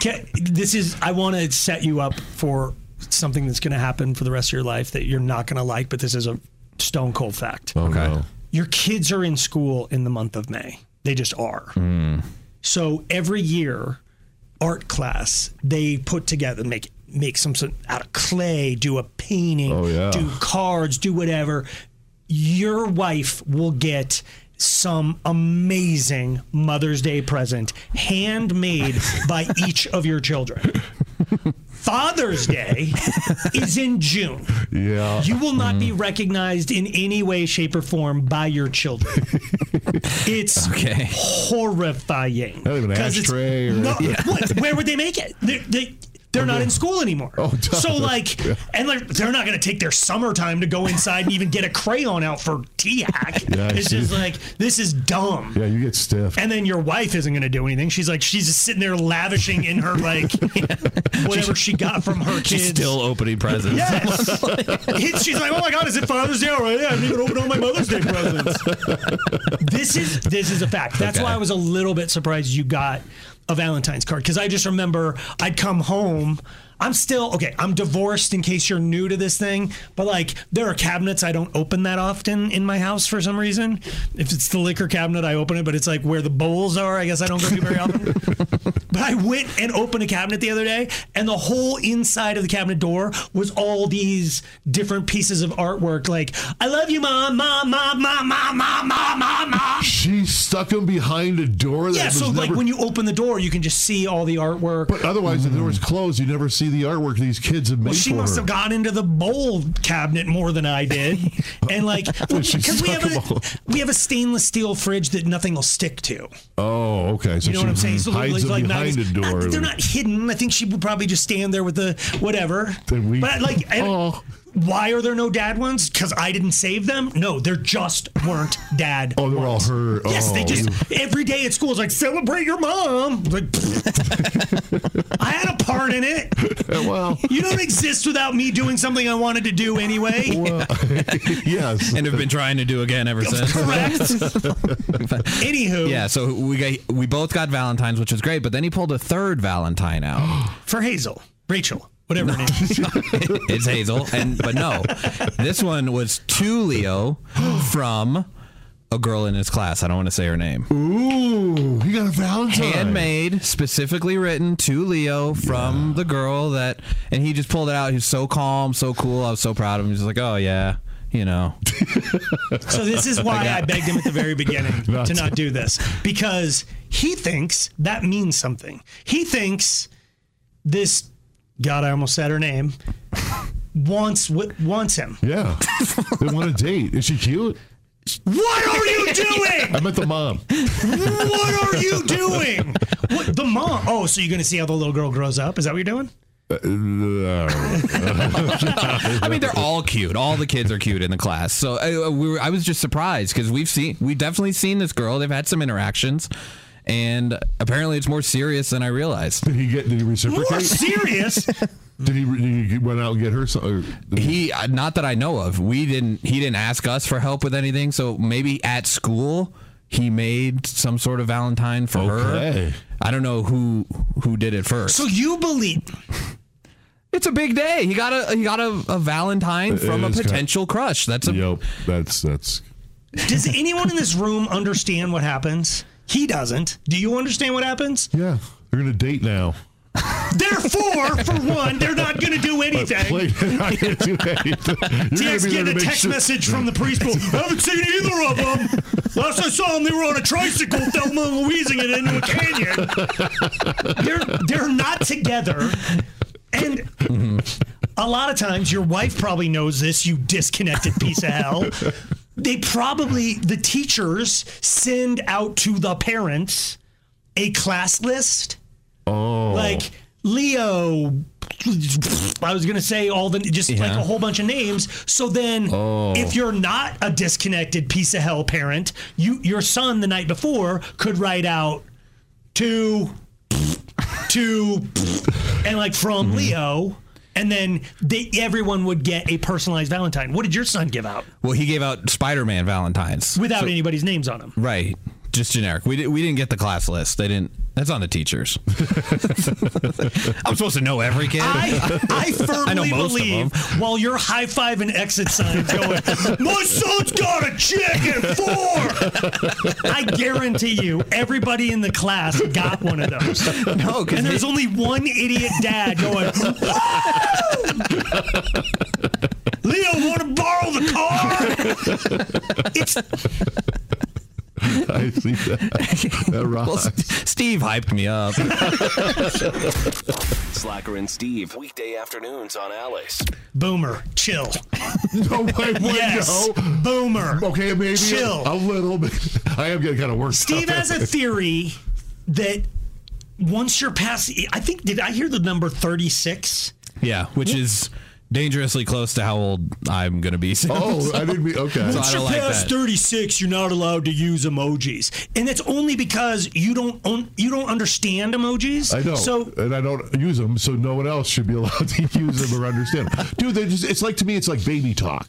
Ca- this is I want to set you up for something that's going to happen for the rest of your life that you're not going to like, but this is a stone cold fact. Oh, okay. Your kids are in school in the month of May. They just are. So every year art class. They put together make make some sort out of clay, do a painting, do cards, do whatever. Your wife will get some amazing Mother's Day present handmade by each of your children. Father's Day is in June. Yeah. You will not be recognized in any way, shape, or form by your children. it's Okay. horrifying. Not even an 'Cause it's- ashtray or- no, Yeah. what- where would they make it? They, they, they're not in school anymore. Oh, duh. so like, Yeah. and like, they're not going to take their summertime to go inside and even get a crayon out for tea hack. Yeah, I it's see. just like this is dumb. Yeah, you get stiff. And then your wife isn't going to do anything. She's like, she's just sitting there lavishing in her like whatever she got from her kids. She's still opening presents. Yes. It's- she's like, oh my god, is it Father's Day already? I haven't even opened all my Mother's Day presents. this is this is a fact. That's Okay. why I was a little bit surprised you got a Valentine's card because I just remember I'd come home. I'm still okay. I'm divorced in case you're new to this thing, but like there are cabinets I don't open that often in my house for some reason. If it's the liquor cabinet, I open it, but it's like where the bowls are. I guess I don't go to very often. But I went and opened a cabinet the other day, and the whole inside of the cabinet door was all these different pieces of artwork. Like, I love you, mom, mom, mom, mom, mom, mom, mom, mom, mom. She stuck him behind a door. That Yeah, was so like never- when you open the door, you can just see all the artwork. Mm. But otherwise, the door's closed. You never see the artwork these kids have made Well, she for must her. have gone into the bowl cabinet more than I did, and like She because we stuck have a them all. we have a stainless steel fridge that nothing will stick to. Oh, okay. So you know she what I'm saying? So hides like, them like behind not, a door. not that they're not hidden. I think she would probably just stand there with the whatever. Then we- but like, and why are there no dad ones? Because I didn't save them. No, there just weren't dad. Oh, they're all her. Yes, they oh, just you- every day at school is like celebrate your mom. Like, I had a part in it. well, you don't exist without me doing something I wanted to do anyway. yes. And have been trying to do again ever since. Anywho. Yeah, so we got, we both got Valentine's, which was great, but then he pulled a third Valentine out. For Hazel, Rachel, whatever it is. it's Hazel, and but no, this one was to Leo from a girl in his class. I don't want to say her name. Ooh, you got a Valentine. Handmade, specifically written to Leo from the girl that, and he just pulled it out. He was so calm, so cool. I was so proud of him. He's like, oh yeah, you know. So this is why I, got- begged him at the very beginning to not do this because he thinks that means something. He thinks this God, I almost said her name, wants what wants him. Yeah. they want a date. Is she cute? What are you doing? I met the mom. What are you doing? What the mom? Oh, so you're gonna see how the little girl grows up? Is that what you're doing? Uh, I mean, they're all cute. All the kids are cute in the class. So I, uh, we were, I was just surprised because we've seen, we definitely seen this girl. They've had some interactions, and apparently it's more serious than I realized. Did he get? Did he reciprocate? More serious? did, he, did he run out and get her? some- or- He, uh, not that I know of, we didn't. He didn't ask us for help with anything. So maybe at school he made some sort of Valentine for Okay. her. I don't know who who did it first. So you believe it's a big day. He got a he got a, a Valentine It from a is kind- potential crush. That's a Yep. That's that's. Does anyone in this room understand what happens? He doesn't. Do you understand what happens? Yeah. They're gonna date now. Therefore, for one, they're not going to do anything. Play, I can't do anything. You're gonna TX be there getting to a make text sure- message from the preschool. I haven't seen either of them. Last I saw them, they were on a tricycle, Thelma and Louising it into a canyon. They're they're not together, and a lot of times your wife probably knows this. You disconnected piece of hell. They probably the teachers send out to the parents a class list. Oh. Like Leo. I was gonna say all the just like Yeah. Oh. a whole bunch of names. So then, if you're not a disconnected piece of hell parent, you your son the night before could write out two, two, and like from Mm-hmm. Leo, and then they, everyone would get a personalized Valentine. What did your son give out Well, he gave out Spider Man Valentines without So- anybody's names on them? Right. just generic. We di- we didn't get the class list. They didn't. That's on the teachers. I'm supposed to know every kid. I, I firmly know most of believe them. while you're high five and exit signs going, my son's got a chicken four. I guarantee you, everybody in the class got one of those. No, 'cause and there's they- only one idiot dad going. "Woo! Leo, want to borrow the car? it's I see that. That rocks. Well, S- Steve hyped me up. Slacker and Steve, weekday afternoons on Alice. Boomer, chill. no way, what, yes, no? Boomer. Okay, maybe Chill. A, little bit. I am getting kind of worse. Steve has a theory that once you're past, I think, did I hear the number 36? Yeah, which is dangerously close to how old I'm gonna be. soon. Oh, I didn't be okay. So I Once don't you're like past that. 36, you're not allowed to use emojis, and that's only because you don't own, you don't understand emojis. I don't, So and I don't use them, so no one else should be allowed to use them or understand them. Dude, they just—it's like to me, it's like baby talk.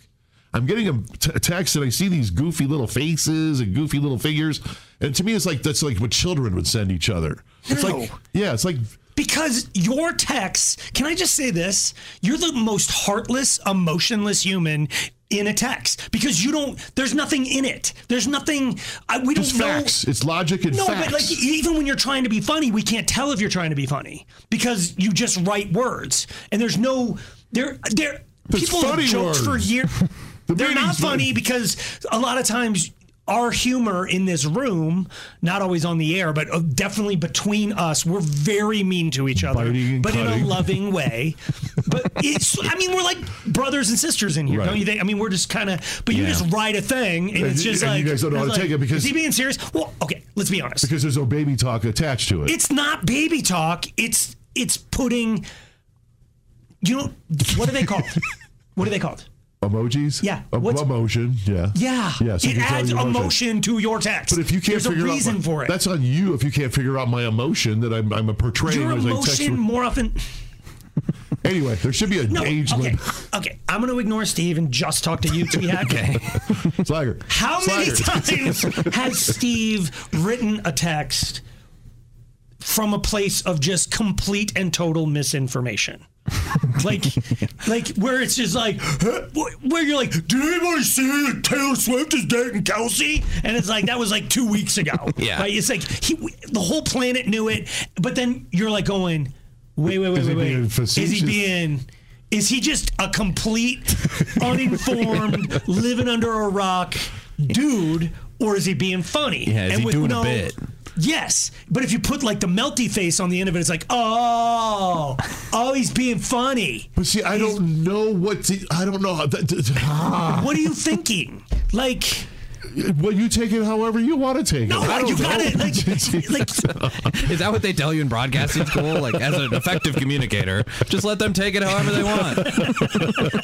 I'm getting a t- text, and I see these goofy little faces and goofy little figures, and to me, it's like that's like what children would send each other. It's like, yeah, it's like because your texts, can I just say this? You're the most heartless, emotionless human in a text because you don't. There's nothing in it. There's nothing. I, we it's don't know. facts. It's logic and no, facts. but like e-, even when you're trying to be funny, we can't tell if you're trying to be funny because you just write words and there's no there there There's people have funny joked for words. years. They're not meaning's funny funny. because a lot of times our humor in this room, not always on the air, but uh, definitely between us, we're very mean to each other, Biting and but in cutting. a loving way. but it's, I mean, we're like brothers and sisters in here, Right. don't you think? I mean, we're just kind of, but you Yeah. just write a thing and, And it's you- just and like, you guys don't know how to like, take it because- is he being serious? Well, okay, let's be honest. because there's no baby talk attached to it. It's not baby talk. It's it's putting. You know what are they called? what are they called? Emojis? Yeah, Em- what's- emotion. Yeah. Yeah. Yeah. so it you can tell adds your emotion. to your text. But if you can't There's figure a out reason my- for it. that's on you. If you can't figure out my emotion that I'm, I'm portraying your as I text. emotion more often. Anyway, there should be an No. age okay. limit. Okay. I'm going to ignore Steve and just talk to you, T Hack. okay. Slager. How many times Slager. has Steve written a text from a place of just complete and total misinformation? like, like where it's just like, huh? where you're like, did anybody see that Taylor Swift is dating Kelsey? And it's like that was like two weeks ago. Yeah. right? It's like he, the whole planet knew it, but then you're like going, wait, wait, wait, Is he wait, wait. being is facetious? he being? Is he just a complete, uninformed, living under a rock dude, or is he being funny? Yeah, is he doing a bit? Yes, but if you put like the melty face on the end of it, it's like, oh, oh, he's being funny. But see, I don't know what to, I don't know. How, that, that- ah. What are you thinking? Like, Well, you take it however you want to take no, it. I like, don't you know. got it. Like, like Is that what they tell you in broadcasting school? Like, as an effective communicator, just let them take it however they want.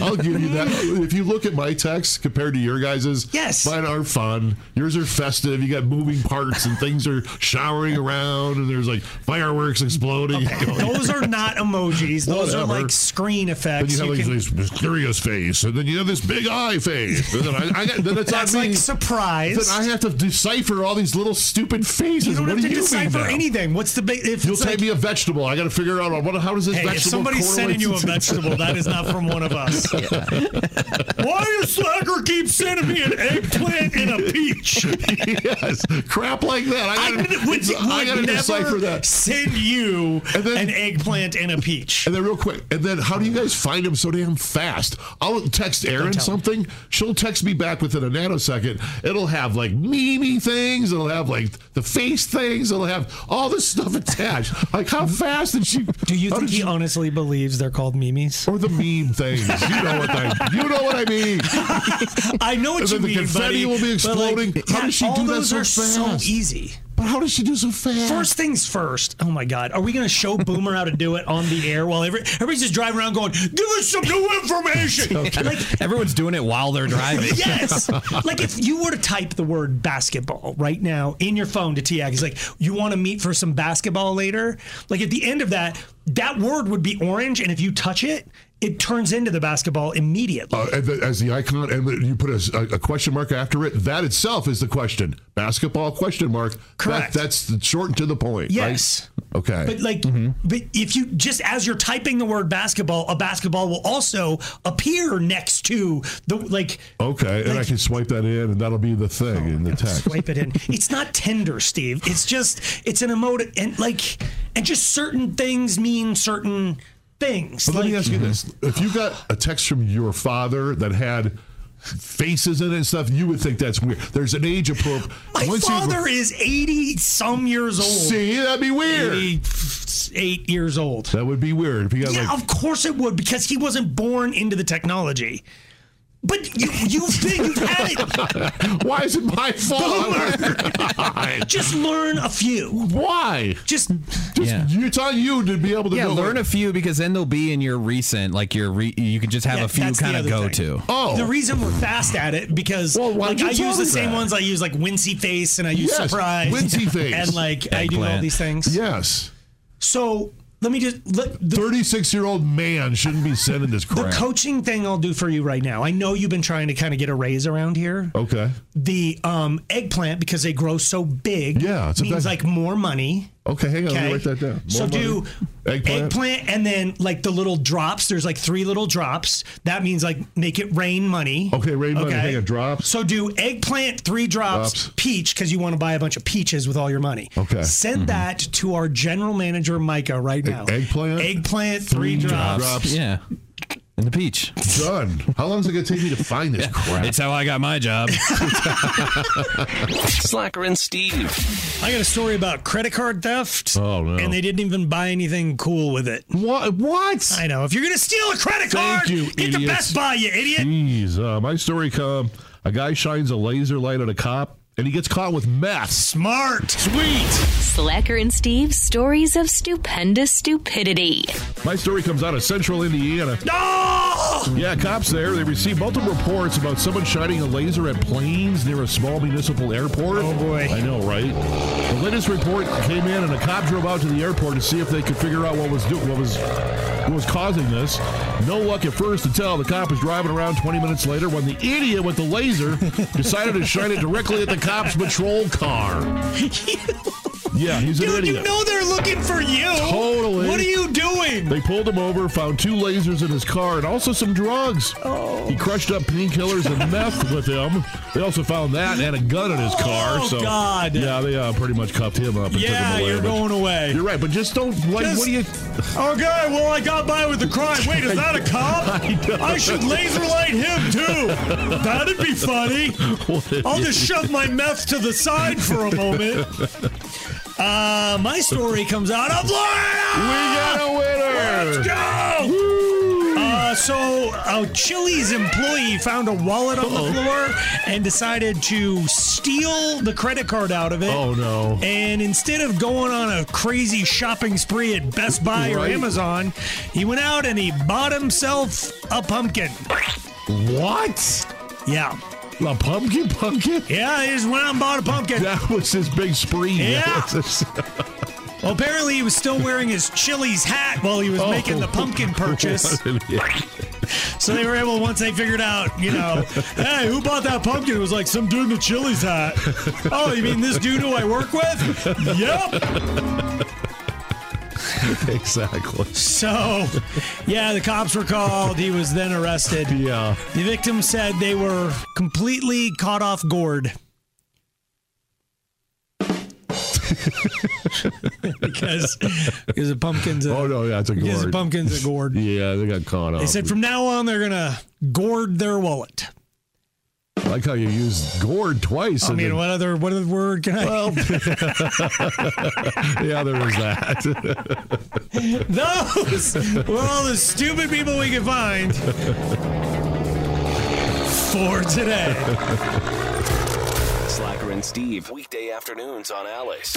I'll give you that. If you look at my texts compared to your guys's, Yes. mine are fun. Yours are festive. You got moving parts and things are showering around, and there's like fireworks exploding. those are not emojis. Those are Whatever. like screen Then effects. you have You like can- this mysterious face, and then you have this big eye face. And then I, I got, then it's on That's me. like surprise. Then I have to decipher all these little stupid faces. You don't what have do to you mean decipher now? anything. What's the big? If You'll it's take like, me a vegetable. I got to figure out what, how does this Hey, if vegetable. somebody's sending you a correlate to- vegetable, that is not from one of us. Why does Slacker keep sending me an eggplant and a peach? yes, crap like that. I I gotta, would, would I gotta never decipher that. send you an eggplant and a peach. And then real quick, and then how do you guys find him so damn fast? I'll text Erin tell something. She'll text me back within a nanosecond. It'll have like meme things. It'll have like the face things. It'll have all this stuff attached. Like how fast did she? Do you how think did he she- honestly believes they're called memes? or the meme things? You know what I. You know what I mean. I know what And you then the mean, buddy, confetti will be but, like, exploding. how yeah, does she all do that those so are so fast? easy. but how does she do so fast? First things first. Oh my God, are we going to show Boomer how to do it on the air while every, everybody's just driving around going, "Give us some new information"? Like Everyone's doing it while they're driving. Yes. like if you were to type the word basketball right now in your phone to Tiag, he's like, you want to meet for some basketball later? Like at the end of that, that word would be orange, and if you touch it, it turns into the basketball immediately. Uh, and the- as the icon, and the- you put a, a question mark after it. That itself is the question. Basketball question mark. Correct. That, that's the, short and to the point. right? Yes. Okay. But like, Mm-hmm. but if you just as you're typing the word basketball, a basketball will also appear next to the like. okay, and I like- Oh, can swipe that in, and that'll be the thing in the text. Swipe it in. It's not tender, Steve. It's just it's an emoji, and like, and just certain things mean certain things. But let me Like- ask you this: Mm-hmm. If you got a text from your father that had faces in it and stuff, you would think that's weird. There's an age appropriate. My father is 80 some years old. See, that'd be weird. 88 years old. That would be weird if you got Yeah, like. of course it would because he wasn't born into the technology. But you, you've been, you've had it. Why is it my fault? Boomer. Just learn a few. Why? Just, just it's on you to be able to yeah, go learn a few because then they'll be in your recent. Like your re, you can just have Yeah, a few that's the kind of other go thing. to. Oh. the reason we're fast at it because like, you I tell use the me same that? ones I use like wincy face and I use Yes, surprise, wincy face. and like I do all Eggplant. these things. Yes. So let me just let, the, 36 year old man shouldn't be sending this the crap. coaching thing I'll do for you right now. I know you've been trying to kind of get a raise around here. okay. The um, eggplant because they grow so big. Yeah, it's a means big- like more money. Okay, hang on. Let me Okay. write that down. More so money. do Eggplant. eggplant. and then like the little drops. There's like three little drops. That means like make it rain money. Okay, rain money. Hang on, drops. So do eggplant, three drops, Drops. peach, because you want to buy a bunch of peaches with all your money. Okay. Mm-hmm. E- Send that to our general manager, Micah, right now. eggplant? Eggplant, three, drops. Yeah. And the peach. Done. How long is it going to take me to find this crap? It's how I got my job. Slacker and Steve. I got a story about credit card theft. Oh, no. And they didn't even buy anything cool with it. What? What? I know. If you're gonna steal a credit card, get the idiots. Best Buy, you idiot. Jeez, uh, my story come. A guy shines a laser light at a cop, and he gets caught with meth. Smart. Sweet. Slacker and Steve's stories of stupendous stupidity. My story comes out of Central Indiana. No! Yeah, cops there. They received multiple reports about someone shining a laser at planes near a small municipal airport. Oh boy! I know, right? The latest report came in, and a cop drove out to the airport to see if they could figure out what was do- what was what was causing this. No luck at first until the cop was driving around 20 minutes later when the idiot with the laser decided to shine it directly at the cop's patrol car. Yeah, he's an Dude, idiot. you know they're looking for you. Totally. What are you doing? They pulled him over, found two lasers in his car, and also some drugs. Oh. He crushed up painkillers and meth with him. They also found that and a gun in his car. Oh, so, God. Yeah, they uh, pretty much cuffed him up and Yeah, took him away. you're but- going away. You're right, but just don't. Like, Just- what do you? Okay, well, I got by with the crime. Wait, is that a cop? I should laser light him too. That'd be funny. What an I'll just idiot. shove my meth to the side for a moment. Uh, my story comes out of Florida. We got a winner. Let's go. Uh, so, a Chili's employee found a wallet on the floor and decided to steal the credit card out of it. Oh no! And instead of going on a crazy shopping spree at Best Buy or Right. Amazon, he went out and he bought himself a pumpkin. What? Yeah. A pumpkin, pumpkin. Yeah, he just went out and bought a pumpkin. That was his big spree. Yeah. That Well, apparently he was still wearing his Chili's hat while he was Oh. making the pumpkin purchase. was his- So they were able, once they figured out, you know, hey, who bought that pumpkin? It was like some dude in a Chili's hat. Oh, you mean this dude who I work with? Yep. exactly. So, yeah, the cops were called. He was then arrested. Yeah. The victim said they were completely caught off guard. because because the pumpkin's a, Oh no! That's a gourd. because the pumpkin's a gourd. Yeah, they got caught up. They said from now on they're gonna gourd their wallet. I like how you used gourd twice. I and mean, then- what other what other word can I? Well, yeah, there was that. Those were all the stupid people we could find for today. Slacker and Steve. Weekday afternoons on Alice.